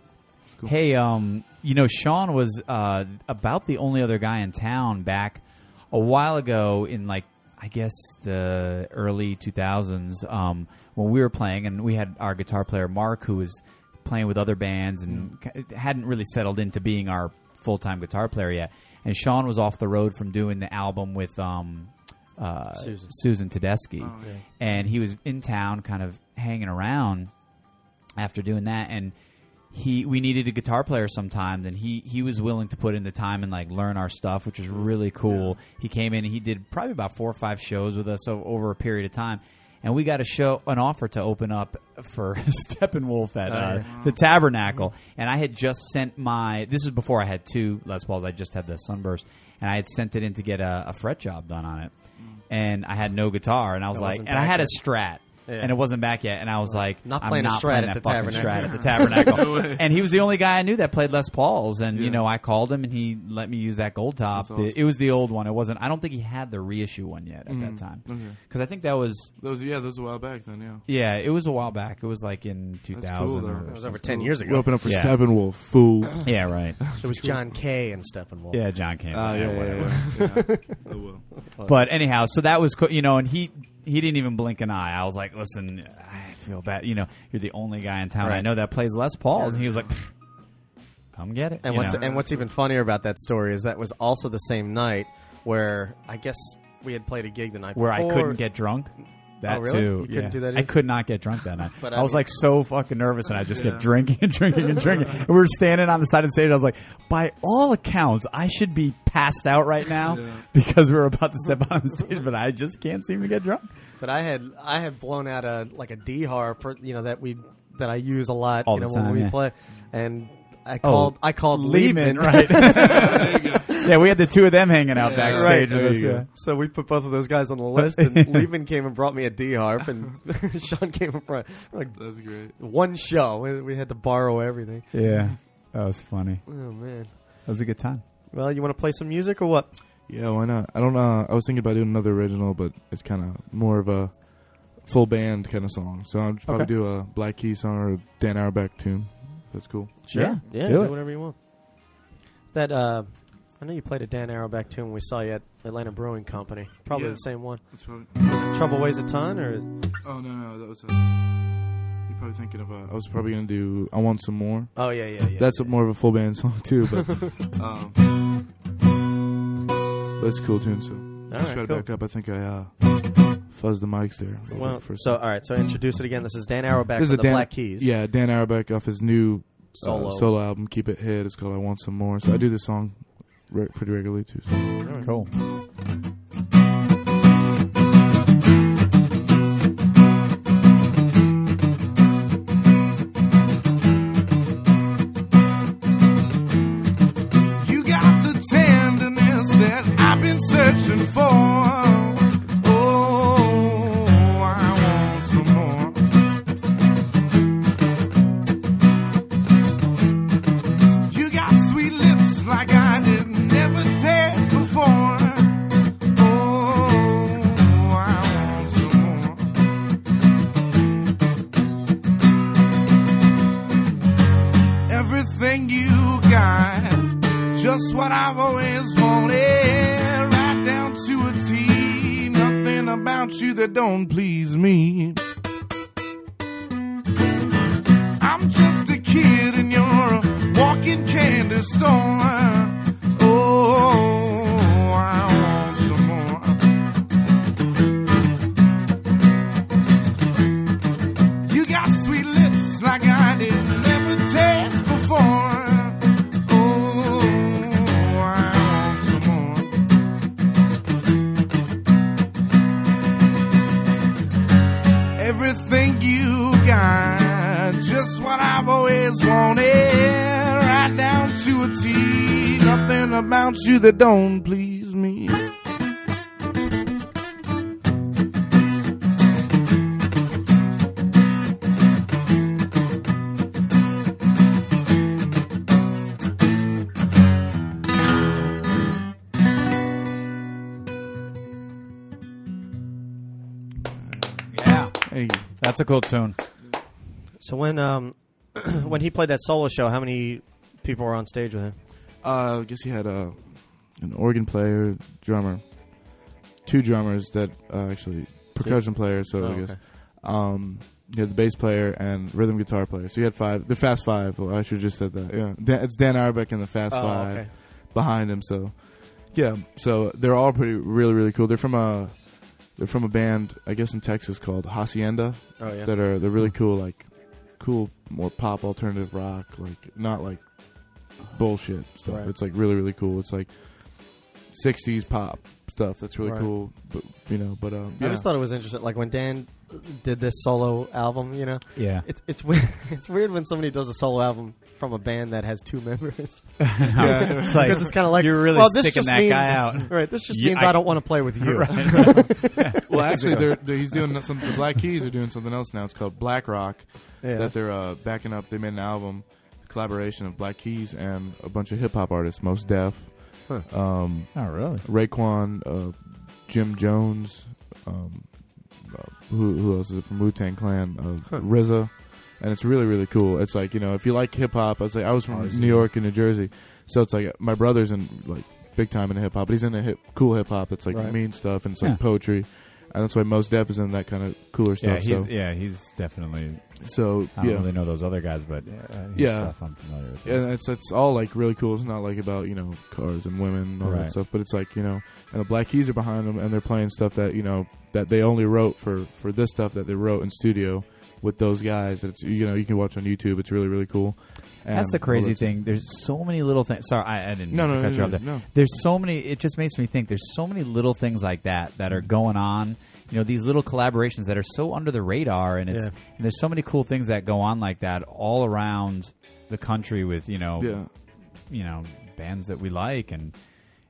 Speaker 4: cool.
Speaker 1: Hey, um, you know, Sean was uh, about the only other guy in town back a while ago in like I guess the early 2000s um, when we were playing, and we had our guitar player Mark who was playing with other bands and ca- hadn't really settled into being our full time guitar player yet. And Sean was off the road from doing the album with um, uh,
Speaker 2: Susan.
Speaker 1: Susan. Tedeschi,
Speaker 4: yeah.
Speaker 1: and he was in town, kind of hanging around after doing that and he we needed a guitar player sometimes and he he was willing to put in the time and like learn our stuff which was really cool he came in and he did probably about four or five shows with us o- over a period of time and we got a show an offer to open up for steppenwolf at
Speaker 2: Oh,
Speaker 1: uh, the tabernacle and i had just sent my this is before i had two les pauls i just had the sunburst and i had sent it in to get a, a fret job done on it and i had no guitar and i was
Speaker 2: That
Speaker 1: like
Speaker 2: Mm. wasn't
Speaker 1: and i
Speaker 2: back
Speaker 1: had a
Speaker 2: yet.
Speaker 1: strat
Speaker 2: Yeah.
Speaker 1: and it wasn't back yet and i was like
Speaker 2: Not
Speaker 1: I'm
Speaker 2: playing a
Speaker 1: not
Speaker 2: Strat
Speaker 1: playing
Speaker 2: at
Speaker 1: that
Speaker 2: the
Speaker 1: fucking
Speaker 2: Tabernacle.
Speaker 1: Strat at the tabernacle. and he was the only guy I knew that played Les Pauls. And you know, I called him and he let me use that gold top.
Speaker 4: That's awesome.
Speaker 1: The- it was the old one. It wasn't. I don't think he had the reissue one yet at
Speaker 4: Mm-hmm.
Speaker 1: that time because I think that was
Speaker 4: Those yeah, those a while back then, yeah.
Speaker 1: yeah. It was a while back. It was like in two thousand.
Speaker 4: though.
Speaker 1: or
Speaker 4: That
Speaker 2: was over ten years
Speaker 4: We
Speaker 2: ago.
Speaker 4: open up for
Speaker 1: Yeah.
Speaker 4: Steppenwolf, fool. Uh,
Speaker 1: yeah, right.
Speaker 2: It was John Kay and Steppenwolf.
Speaker 1: Yeah, John Kane.
Speaker 2: Ah,
Speaker 4: yeah. Oh, well.
Speaker 1: But anyhow, so that was co- you know, and he he didn't even blink an eye. I was like, listen, I feel bad. You know, you're the only guy in town I
Speaker 2: Right.
Speaker 1: know that plays Les Pauls, and he was like, come get it.
Speaker 2: And
Speaker 1: you
Speaker 2: what's
Speaker 1: know?
Speaker 2: and what's even funnier about that story is that was also the same night where I guess we had played a gig the night
Speaker 1: where I
Speaker 2: before.
Speaker 1: couldn't get drunk. That
Speaker 2: Oh, really?
Speaker 1: too.
Speaker 2: You couldn't
Speaker 1: yeah.
Speaker 2: do that
Speaker 1: I
Speaker 2: either?
Speaker 1: could not get drunk that night.
Speaker 2: But
Speaker 1: I,
Speaker 2: I
Speaker 1: was
Speaker 2: mean-
Speaker 1: like so fucking nervous, and I just kept drinking and drinking and drinking. and we were standing on the side of the stage. and I was like, by all accounts, I should be passed out right now because we were about to step on the stage, but I just can't seem to get drunk.
Speaker 2: But I had I had blown out a like a D harp, or, you know that we that I use a lot,
Speaker 1: All
Speaker 2: you
Speaker 1: the
Speaker 2: know,
Speaker 1: time,
Speaker 2: when we
Speaker 1: yeah. Oh,
Speaker 2: play. And I called I called Lehman,
Speaker 1: right? yeah, we had the two of them hanging out
Speaker 2: Right.
Speaker 1: backstage with us. Yeah.
Speaker 2: So we put both of those guys on the list, and Lehman came and brought me a D harp, and Sean came and brought like
Speaker 4: That's great.
Speaker 2: one show. We, we had to borrow everything.
Speaker 1: yeah, that was funny.
Speaker 2: Oh man.
Speaker 1: That was a good time.
Speaker 2: Well, you want to play some music or what?
Speaker 4: Yeah, why not? I don't know. I was thinking about doing another original, but it's kind of more of a full band kind of song. So I'll just probably
Speaker 2: Okay.
Speaker 4: do a Black Keys song or a Dan Auerbach tune. That's cool.
Speaker 1: Sure.
Speaker 2: Yeah, yeah,
Speaker 1: Do
Speaker 2: do,
Speaker 1: it.
Speaker 2: whatever you want. That uh, I know you played a Dan Arrowback tune when we saw you at Atlanta Brewing Company. Probably
Speaker 4: Yeah.
Speaker 2: the same one.
Speaker 4: That's probably.
Speaker 2: Trouble weighs a ton, or
Speaker 4: Oh no, no, that was. A, you're probably thinking of. A, I was probably gonna do. I want some more.
Speaker 2: oh yeah, yeah, yeah.
Speaker 4: That's
Speaker 2: yeah.
Speaker 4: a, more of a full band song too, but. um, but it's a cool tune. So
Speaker 2: all
Speaker 4: just
Speaker 2: right.
Speaker 4: try to
Speaker 2: Cool.
Speaker 4: back up. I think I uh, fuzzed the mics there. a little
Speaker 2: Well,
Speaker 4: bit for a
Speaker 2: so all right, so introduce it again. This is Dan Arrowback
Speaker 4: This
Speaker 2: from the
Speaker 4: is Dan-
Speaker 2: Black Keys.
Speaker 4: Yeah, Dan Auerbach off his new
Speaker 2: Solo.
Speaker 4: solo, solo album, Keep It Hid. It's called I Want Some More. So I do this song re- pretty regularly too. So.
Speaker 1: Cool.
Speaker 3: You got the tenderness that I've been searching for. Oh, I want some more. You got sweet lips like I did never taste before. Oh, I want some more. everything you got. Just what I've always wanted, right down to a T. Nothing about you that don't please me. I'm just a kid and you're a walking candy store. Oh, I want some more. You got sweet lips like I did never taste before. Oh, I want some more. Everything you got, just what I've always wanted, right down to a T. Nothing about you that don't please me.
Speaker 1: Yeah,
Speaker 4: Hey,
Speaker 1: that's a cool tune.
Speaker 2: So when um, when he played that solo show, how many people were on stage with him?
Speaker 4: uh, I guess he had uh, an organ player, drummer, two drummers that uh, actually percussion player. So
Speaker 2: Oh,
Speaker 4: I guess
Speaker 2: okay.
Speaker 4: um, he had the bass player and rhythm guitar player. So he had five. The Fast Five. Well, I should have just said that. Yeah, Dan, it's Dan Auerbach and the Fast
Speaker 2: Oh,
Speaker 4: Five.
Speaker 2: okay.
Speaker 4: behind him. So, yeah. So they're all pretty, really, really cool. They're from a, they're from a band, I guess, in Texas called Hacienda.
Speaker 2: Oh yeah.
Speaker 4: That are they're really cool, like, cool, more pop alternative rock, like not like bullshit stuff.
Speaker 2: Right.
Speaker 4: It's like really, really cool. It's like '60s pop stuff. That's really
Speaker 2: Right.
Speaker 4: cool. But you know, but um,
Speaker 2: I
Speaker 4: yeah.
Speaker 2: always thought it was interesting. Like when Dan did this solo album, you know,
Speaker 1: Yeah,
Speaker 2: it's it's weird. It's weird when somebody does a solo album from a band that has two members
Speaker 1: it's like
Speaker 2: because it's kind of like
Speaker 1: you're really
Speaker 2: well, this
Speaker 1: sticking
Speaker 2: just
Speaker 1: that
Speaker 2: means,
Speaker 1: guy out.
Speaker 2: Right. This just
Speaker 1: Yeah,
Speaker 2: means I,
Speaker 1: I-
Speaker 2: don't want to play with you.
Speaker 4: well, actually, they're, they he's doing some. The Black Keys are doing something else now. It's called Black Rock.
Speaker 2: Yeah.
Speaker 4: that they're uh, backing up. They made an album collaboration of Black Keys and a bunch of hip hop artists, Most Def,
Speaker 2: Huh.
Speaker 4: um,
Speaker 1: Oh, really?
Speaker 4: Raekwon, uh, Jim Jones, um, uh, who, who else is it from Wu Tang Clan? Uh,
Speaker 2: Huh.
Speaker 4: RZA, and it's really really cool. It's like you know if you like hip hop, I was like I was from New York and New Jersey, so it's like my brother's in like big time in hip hop, but he's into hip cool hip hop. It's like
Speaker 2: Right.
Speaker 4: mean stuff and it's
Speaker 1: Yeah.
Speaker 4: like poetry. And that's why most Def is in that kind of cooler
Speaker 1: Yeah,
Speaker 4: stuff.
Speaker 1: he's
Speaker 4: so,
Speaker 1: yeah, he's definitely.
Speaker 4: so
Speaker 1: I don't
Speaker 4: yeah,
Speaker 1: really know those other guys, but uh, his
Speaker 4: Yeah.
Speaker 1: stuff I'm familiar with.
Speaker 4: and it's it's all like really cool. It's not like about you know cars and women and all
Speaker 1: Right.
Speaker 4: that stuff, but it's like you know, and the Black Keys are behind them, and they're playing stuff that you know that they only wrote for for this stuff that they wrote in studio with those guys. It's you know you can watch on YouTube. It's really really cool. And
Speaker 1: That's the crazy
Speaker 4: all that stuff.
Speaker 1: thing. There's so many little things. Sorry, I, I didn't
Speaker 4: No,
Speaker 1: mean to
Speaker 4: no, no,
Speaker 1: cut you
Speaker 4: no,
Speaker 1: off there.
Speaker 4: no.
Speaker 1: There's so many. It just makes me think. There's so many little things like that that are going on you know these little collaborations that are so under the radar, and it's
Speaker 2: Yeah.
Speaker 1: and there's so many cool things that go on like that all around the country with you know
Speaker 4: Yeah.
Speaker 1: you know bands that we like, and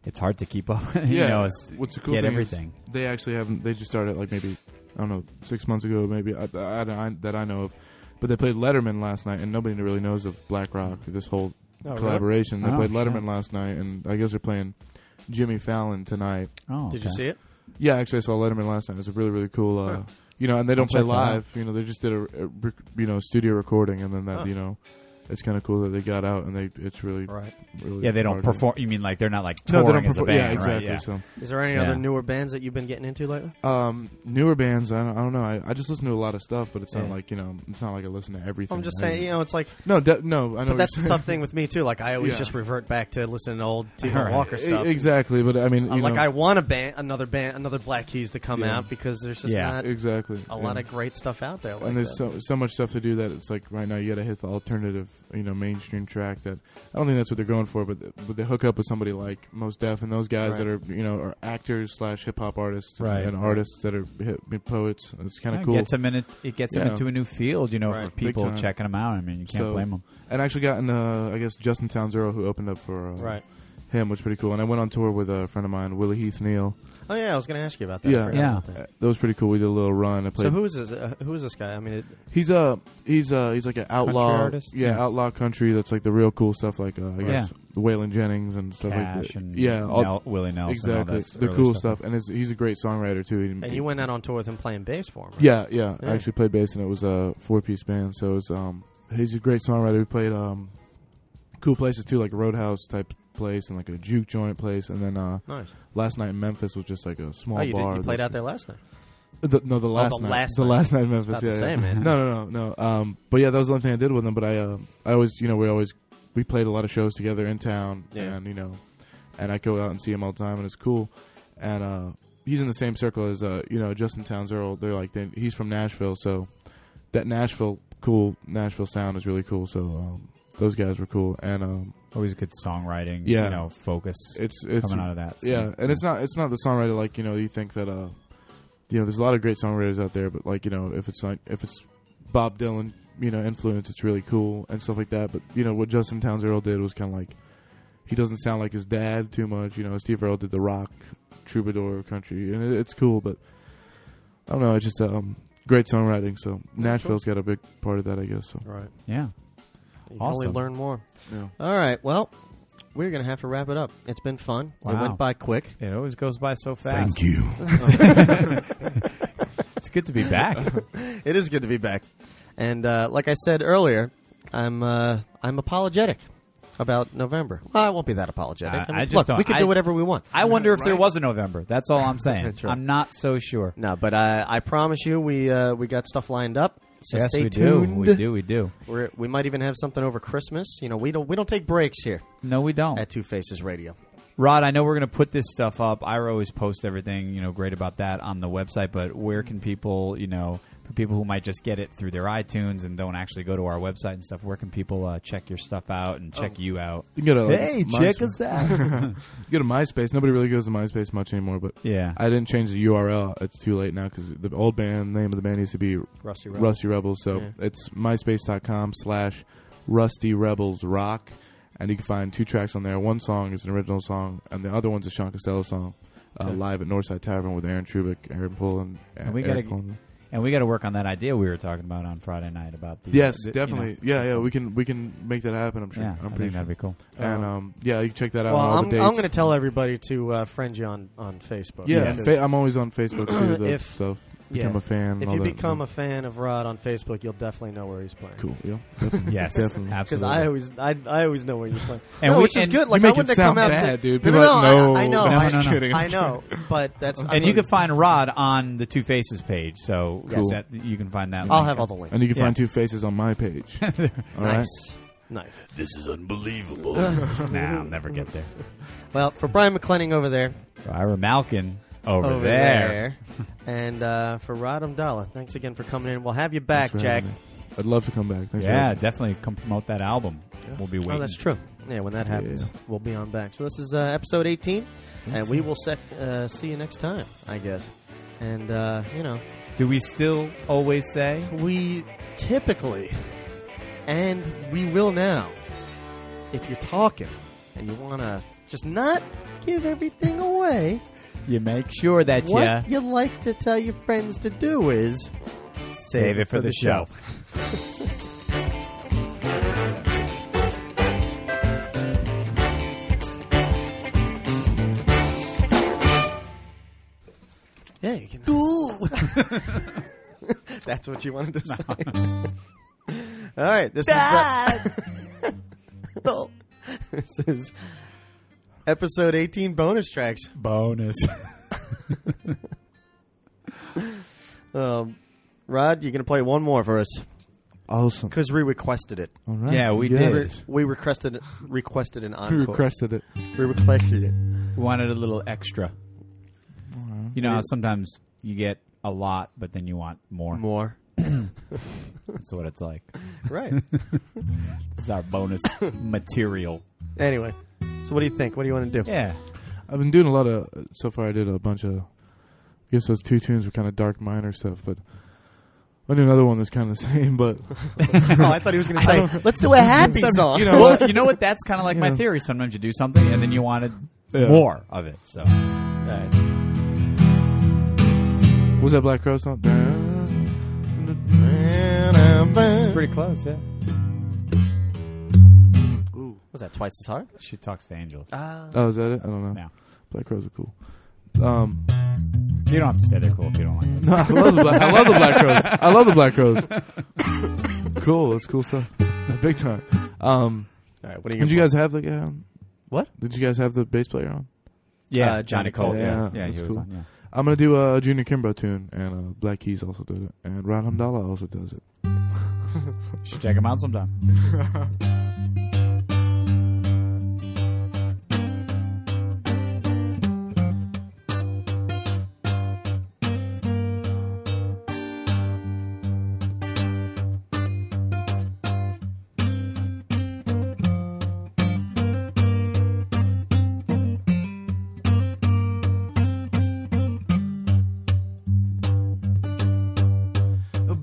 Speaker 1: it's hard to keep up. you
Speaker 4: yeah.
Speaker 1: know, it's,
Speaker 4: What's the cool
Speaker 1: get
Speaker 4: thing is
Speaker 1: everything.
Speaker 4: they actually haven't. They just started like maybe I don't know six months ago, maybe I, I, I- that I know of. But they played Letterman last night, and nobody really knows of Black Rock. This whole
Speaker 2: Oh, really?
Speaker 4: collaboration. They
Speaker 1: Oh,
Speaker 4: played
Speaker 1: shit.
Speaker 4: Letterman last night, and I guess they're playing Jimmy Fallon tonight.
Speaker 1: Oh,
Speaker 2: Did you
Speaker 1: okay.
Speaker 2: see it?
Speaker 4: Yeah, actually, I saw Letterman last night. It was a really, really cool. Uh,
Speaker 2: Huh.
Speaker 4: You know, and they don't play
Speaker 1: check that out.
Speaker 4: live. You know, they just did a, a rec- you know studio recording, and then that
Speaker 2: Huh.
Speaker 4: you know, it's kind of cool that they got out and they it's really,
Speaker 2: Right.
Speaker 4: really
Speaker 1: Yeah, they don't
Speaker 4: hard.
Speaker 1: perform. You mean like they're not like
Speaker 4: No,
Speaker 1: touring
Speaker 4: they don't
Speaker 1: as a
Speaker 4: perform.
Speaker 1: band,
Speaker 4: yeah, exactly.
Speaker 1: right? Yeah.
Speaker 4: So
Speaker 2: Is there any
Speaker 1: Yeah.
Speaker 2: other newer bands that you've been getting into lately?
Speaker 4: um, newer bands, I don't, I don't know. I, I just listen to a lot of stuff, but it's not
Speaker 2: Yeah.
Speaker 4: like you know, it's not like I listen to everything.
Speaker 2: I'm just saying, you know, it's like,
Speaker 4: No, de- no, I know.
Speaker 2: but that's
Speaker 4: what you're
Speaker 2: the
Speaker 4: saying.
Speaker 2: tough thing with me too. Like I always
Speaker 4: Yeah.
Speaker 2: just revert back to listening to old T.
Speaker 1: All right.
Speaker 2: Walker stuff.
Speaker 4: E- Exactly, but I mean, you
Speaker 2: Uh, like
Speaker 4: know,
Speaker 2: I want a band, another band, another Black Keys to come
Speaker 4: Yeah.
Speaker 2: out because there's just
Speaker 1: Yeah.
Speaker 2: not
Speaker 4: exactly
Speaker 2: a lot
Speaker 4: yeah.
Speaker 2: of great stuff out there. Like
Speaker 4: and
Speaker 2: that.
Speaker 4: there's so, so much stuff to do that it's like right now you got to hit the alternative, you know, mainstream track. That I don't think that's what they're going for, but but they hook up with somebody like Most Def and those guys
Speaker 2: Right.
Speaker 4: that are you know are actors slash hip hop artists and,
Speaker 1: Right.
Speaker 4: and artists that are hip, poets. It's kind
Speaker 1: Yeah,
Speaker 4: of
Speaker 1: it
Speaker 4: cool.
Speaker 1: Gets them in it, it gets them
Speaker 4: Yeah.
Speaker 1: into a new field, you know,
Speaker 2: Right.
Speaker 1: for
Speaker 2: Big
Speaker 1: people
Speaker 4: time.
Speaker 1: checking them out. I mean, you can't 'em.
Speaker 4: So-
Speaker 1: blame them.
Speaker 4: and actually gotten uh, I guess Justin Townsend who opened up for uh,
Speaker 2: right.
Speaker 4: him, which is pretty cool. And I went on tour with a friend of mine, Willie Heath Neal.
Speaker 2: Oh yeah, I was going to ask you about that.
Speaker 4: Yeah.
Speaker 2: I forgot
Speaker 1: Yeah.
Speaker 2: about that.
Speaker 4: Uh, That was pretty cool. We did a little run. I played.
Speaker 2: So who is this? Uh, who is this guy? I mean, it,
Speaker 4: he's a he's a he's like an outlaw
Speaker 1: artist?
Speaker 4: Yeah,
Speaker 1: Yeah.
Speaker 4: outlaw country. That's like the real cool stuff, like uh, I guess Waylon Jennings and stuff like
Speaker 1: Cash
Speaker 4: that.
Speaker 1: and
Speaker 4: yeah, all-
Speaker 1: Nel- Willie Nelson. all
Speaker 4: exactly.
Speaker 1: that
Speaker 4: The
Speaker 1: early
Speaker 4: cool stuff, and it's, he's a great songwriter too. He-
Speaker 2: and you went out on tour with him playing bass for him. Right?
Speaker 4: Yeah, yeah,
Speaker 2: Yeah.
Speaker 4: I actually played bass, and it was a four piece band. So it was, um, he's a great songwriter. We played um, cool places too, like a roadhouse type place and like a juke joint place. And then uh,
Speaker 2: Nice.
Speaker 4: last night in Memphis was just like a small
Speaker 2: oh, you,
Speaker 4: bar.
Speaker 2: did, you played out there last night.
Speaker 4: The, no, the last
Speaker 2: Oh, the
Speaker 4: night.
Speaker 2: last
Speaker 4: the
Speaker 2: night.
Speaker 4: last night in
Speaker 2: About
Speaker 4: Memphis.
Speaker 2: the
Speaker 4: Yeah, yeah.
Speaker 2: same, man.
Speaker 4: No, no, no, no. Um, but yeah, that was the only thing I did with them. But I, uh, I always, you know, we always we played a lot of shows together in town,
Speaker 2: Yeah.
Speaker 4: and you know, and I go out and see him all the time, and it's cool. And uh, he's in the same circle as uh, you know Justin Towns Earl. They're like they, he's from Nashville, so that Nashville cool Nashville sound is really cool. So um, those guys were cool, and um,
Speaker 1: stuff. Always good songwriting.
Speaker 4: Yeah.
Speaker 1: you know, focus
Speaker 4: it's it's
Speaker 1: coming out of that. so,
Speaker 4: yeah, and it's not it's not the songwriter like you know you think that uh you know there's a lot of great songwriters out there, but like you know if it's like if it's Bob Dylan you know influence, it's really cool and stuff like that. But you know what Justin Towns Earl did was kind of like he doesn't sound like his dad too much. You know Steve Earle did the rock troubadour country, and it, it's cool, but I don't know. It's just um great songwriting. So Nashville's got a big part of that, I guess. So
Speaker 2: Right.
Speaker 1: yeah.
Speaker 2: You can
Speaker 1: Awesome.
Speaker 2: only learn more.
Speaker 4: yeah.
Speaker 2: All right. Well, we're going to have to wrap it up. It's been fun. It
Speaker 1: Wow.
Speaker 2: went by quick.
Speaker 1: It always goes by so fast.
Speaker 5: Thank you.
Speaker 1: It's good to be back.
Speaker 2: It is good to be back. And uh, like I said earlier, I'm uh, I'm apologetic about November. Well, I won't be that apologetic.
Speaker 1: I-
Speaker 2: mean,
Speaker 1: I just
Speaker 2: look,
Speaker 1: don't-
Speaker 2: we can
Speaker 1: I-
Speaker 2: do whatever we want.
Speaker 1: I wonder if there was a November. That's all I'm saying.
Speaker 2: That's right.
Speaker 1: I'm not so sure.
Speaker 2: No, but I, I promise you, we uh, we got stuff lined up. So
Speaker 1: yes,
Speaker 2: stay
Speaker 1: we
Speaker 2: tuned.
Speaker 1: do. We do. We do.
Speaker 2: We're, we might even have something over Christmas. You know, we don't we don't take breaks here
Speaker 1: No, we don't.
Speaker 2: at Two Faces Radio.
Speaker 1: Rod, I know we're going to put this stuff up. Ira always posts everything, you know, great about that on the website, but where
Speaker 4: Mm-hmm.
Speaker 1: can people, you know, for people who might just get it through their iTunes and don't actually go to our website and stuff, where can people uh, check your stuff out and check
Speaker 4: Oh.
Speaker 1: you out?
Speaker 4: You can go to,
Speaker 1: Hey,
Speaker 4: MySpace.
Speaker 1: check us out.
Speaker 4: You go to MySpace. Nobody really goes to MySpace much anymore, but
Speaker 1: yeah.
Speaker 4: I didn't change the URL. It's too late now because the old band name of the band used to be
Speaker 2: Rusty Rebel.
Speaker 4: Rusty Rebels. So
Speaker 2: Yeah.
Speaker 4: it's myspace.com slash Rusty Rebels Rock. And you can find two tracks on there. One song is an original song, and the other one's a Sean Costello song, uh,
Speaker 1: Okay.
Speaker 4: live at Northside Tavern with Aaron Trubick, Aaron Poole, and,
Speaker 1: And we
Speaker 4: Eric
Speaker 1: gotta-
Speaker 4: Coleman.
Speaker 1: and we got to work on that idea we were talking about on Friday night about the.
Speaker 4: Yes,
Speaker 1: the- you
Speaker 4: definitely.
Speaker 1: know,
Speaker 4: yeah, yeah,
Speaker 1: that's-
Speaker 4: we can we can make that happen. I'm sure.
Speaker 1: Yeah, i
Speaker 4: I'm
Speaker 1: think uh,
Speaker 4: pretty sure.
Speaker 1: that'd be cool.
Speaker 4: And um, yeah, you can check that out.
Speaker 2: Well,
Speaker 4: on all
Speaker 2: I'm,
Speaker 4: the dates.
Speaker 2: I'm going to tell everybody to uh, friend you on, on Facebook.
Speaker 4: Yeah,
Speaker 1: Yes.
Speaker 4: and
Speaker 2: because
Speaker 4: fa- I'm always on Facebook too. though,
Speaker 2: If-
Speaker 4: so become
Speaker 2: yeah.
Speaker 4: a fan. and
Speaker 2: if
Speaker 4: all
Speaker 2: you
Speaker 4: that.
Speaker 2: become a fan of Rod on Facebook, you'll definitely know where he's playing.
Speaker 4: cool, yeah,
Speaker 1: Yes,
Speaker 4: Definitely.
Speaker 2: Because
Speaker 1: absolutely.
Speaker 2: I always, I, I always know where you're playing,
Speaker 1: And
Speaker 2: No,
Speaker 1: we-
Speaker 2: which is
Speaker 1: and
Speaker 2: good. Like
Speaker 4: you
Speaker 2: I
Speaker 4: make
Speaker 2: wouldn't
Speaker 4: it
Speaker 2: have come out
Speaker 4: sound bad,
Speaker 2: to,
Speaker 4: dude.
Speaker 2: No,
Speaker 4: People
Speaker 2: no,
Speaker 4: are
Speaker 2: no,
Speaker 4: like,
Speaker 2: I, I know,
Speaker 1: no,
Speaker 2: I,
Speaker 1: no, no.
Speaker 2: I know, but that's I'm
Speaker 1: and you
Speaker 2: gonna-
Speaker 1: can find Rod on the Two Faces page, so
Speaker 4: Yes.
Speaker 1: that, you can find that.
Speaker 2: I'll
Speaker 1: link
Speaker 2: have
Speaker 1: up.
Speaker 2: all the links.
Speaker 4: And you can
Speaker 1: Yeah.
Speaker 4: find two faces on my page. All right.
Speaker 2: nice, nice.
Speaker 5: This is unbelievable.
Speaker 1: Nah, I'll never get there.
Speaker 2: Well, for Brian McClenning over there,
Speaker 1: Ira Malkin over,
Speaker 2: over
Speaker 1: there.
Speaker 2: there, and uh, for Rod Amdala, thanks again for coming in. We'll have you back,
Speaker 4: Thanks for
Speaker 2: Jack.
Speaker 4: having me. I'd love to come back. Thanks for
Speaker 1: Yeah,
Speaker 4: having me.
Speaker 1: definitely come promote that album. We'll be waiting.
Speaker 2: Oh, that's true. Yeah, when that happens,
Speaker 4: Yeah.
Speaker 2: we'll be on back. So this is uh, episode 18, and we will se- uh, see you next time, I guess. And uh, you know,
Speaker 1: Do we still always say?
Speaker 2: we typically, and we will now, if you're talking and you want to just not give everything away,
Speaker 1: You make sure that
Speaker 2: what you like to tell your friends to do is
Speaker 1: save it for the show.
Speaker 2: Yeah, you can. That's what you wanted to say. All right, this uh, is uh, this is episode eighteen bonus tracks.
Speaker 1: Bonus.
Speaker 2: Um, Rod, you're gonna play one more for us
Speaker 4: Awesome.
Speaker 2: because we requested it.
Speaker 4: All right.
Speaker 1: Yeah, we
Speaker 4: Yes.
Speaker 2: We requested requested an
Speaker 4: We
Speaker 2: encore.
Speaker 4: requested it.
Speaker 2: We requested it.
Speaker 1: Wanted a little extra. You know, how sometimes you get a lot, but then you want more.
Speaker 2: More.
Speaker 1: That's what it's like.
Speaker 2: Right.
Speaker 1: This is our bonus material.
Speaker 2: anyway, so what do you think? What do you want to do?
Speaker 1: Yeah.
Speaker 4: I've been doing a lot of. So far, I did a bunch of. I guess those two tunes were kind of dark minor stuff, but I do another one that's kind of the same. But
Speaker 2: oh, I thought he was going to say, let's do a happy song.
Speaker 1: You know, well, you know what? That's kind of like my
Speaker 4: Yeah.
Speaker 1: theory. Sometimes you do something and then you wanted
Speaker 4: Yeah.
Speaker 1: more of it. So Uh,
Speaker 4: was that Black Crow song?
Speaker 1: pretty close. Yeah.
Speaker 2: Was that twice as hard?
Speaker 1: She talks to angels.
Speaker 2: Uh,
Speaker 4: Oh, is that it? I don't know.
Speaker 1: Yeah.
Speaker 4: Black Crows are cool. Um,
Speaker 1: You don't have to say they're cool if you don't like them.
Speaker 4: no, I love the Black. I love the Black Crows. I love the Black Crows. cool. That's cool stuff. Big time. Um,
Speaker 2: All right, what are you
Speaker 4: did
Speaker 2: gonna play?
Speaker 4: you guys have the guy on?
Speaker 2: What?
Speaker 4: Did you guys have the bass player on?
Speaker 1: Yeah,
Speaker 2: Uh, Johnny Cole.
Speaker 1: Yeah,
Speaker 4: Yeah,
Speaker 1: yeah, he
Speaker 4: that's
Speaker 1: was
Speaker 4: cool.
Speaker 1: on. Yeah.
Speaker 4: I'm gonna do a Junior Kimbrough tune, and uh, Black Keys also did it, and Rod Hamdallah also does it.
Speaker 1: You should check him out sometime.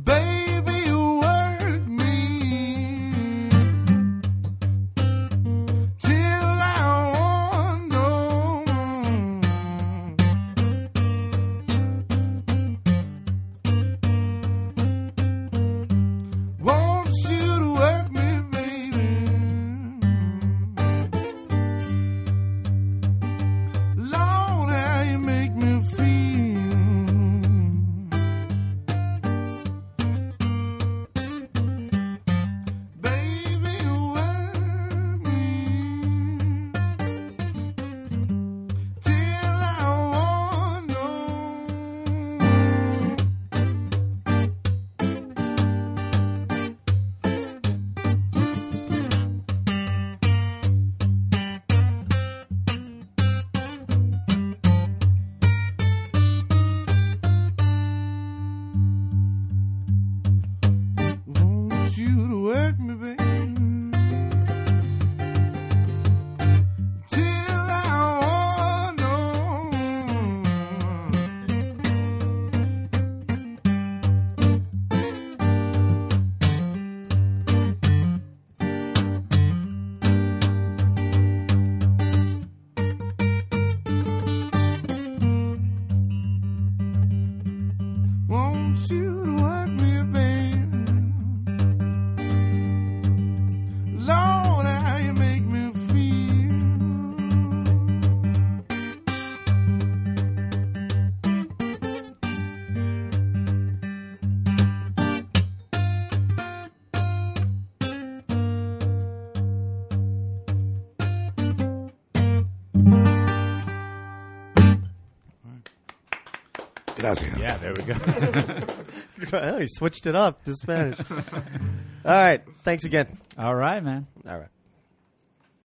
Speaker 3: Baby, you work me till I want no more. Want you to work me, baby. Lord, how you make me feel. Baby, you work me till I want no. Want you to work me, baby, till I want no. more. Won't you to work me, baby? Lord, how you make me feel.
Speaker 5: Gracias.
Speaker 1: Yeah, there we go.
Speaker 2: Oh, he switched it up to Spanish. All right. Thanks again.
Speaker 1: All right, man.
Speaker 2: All right.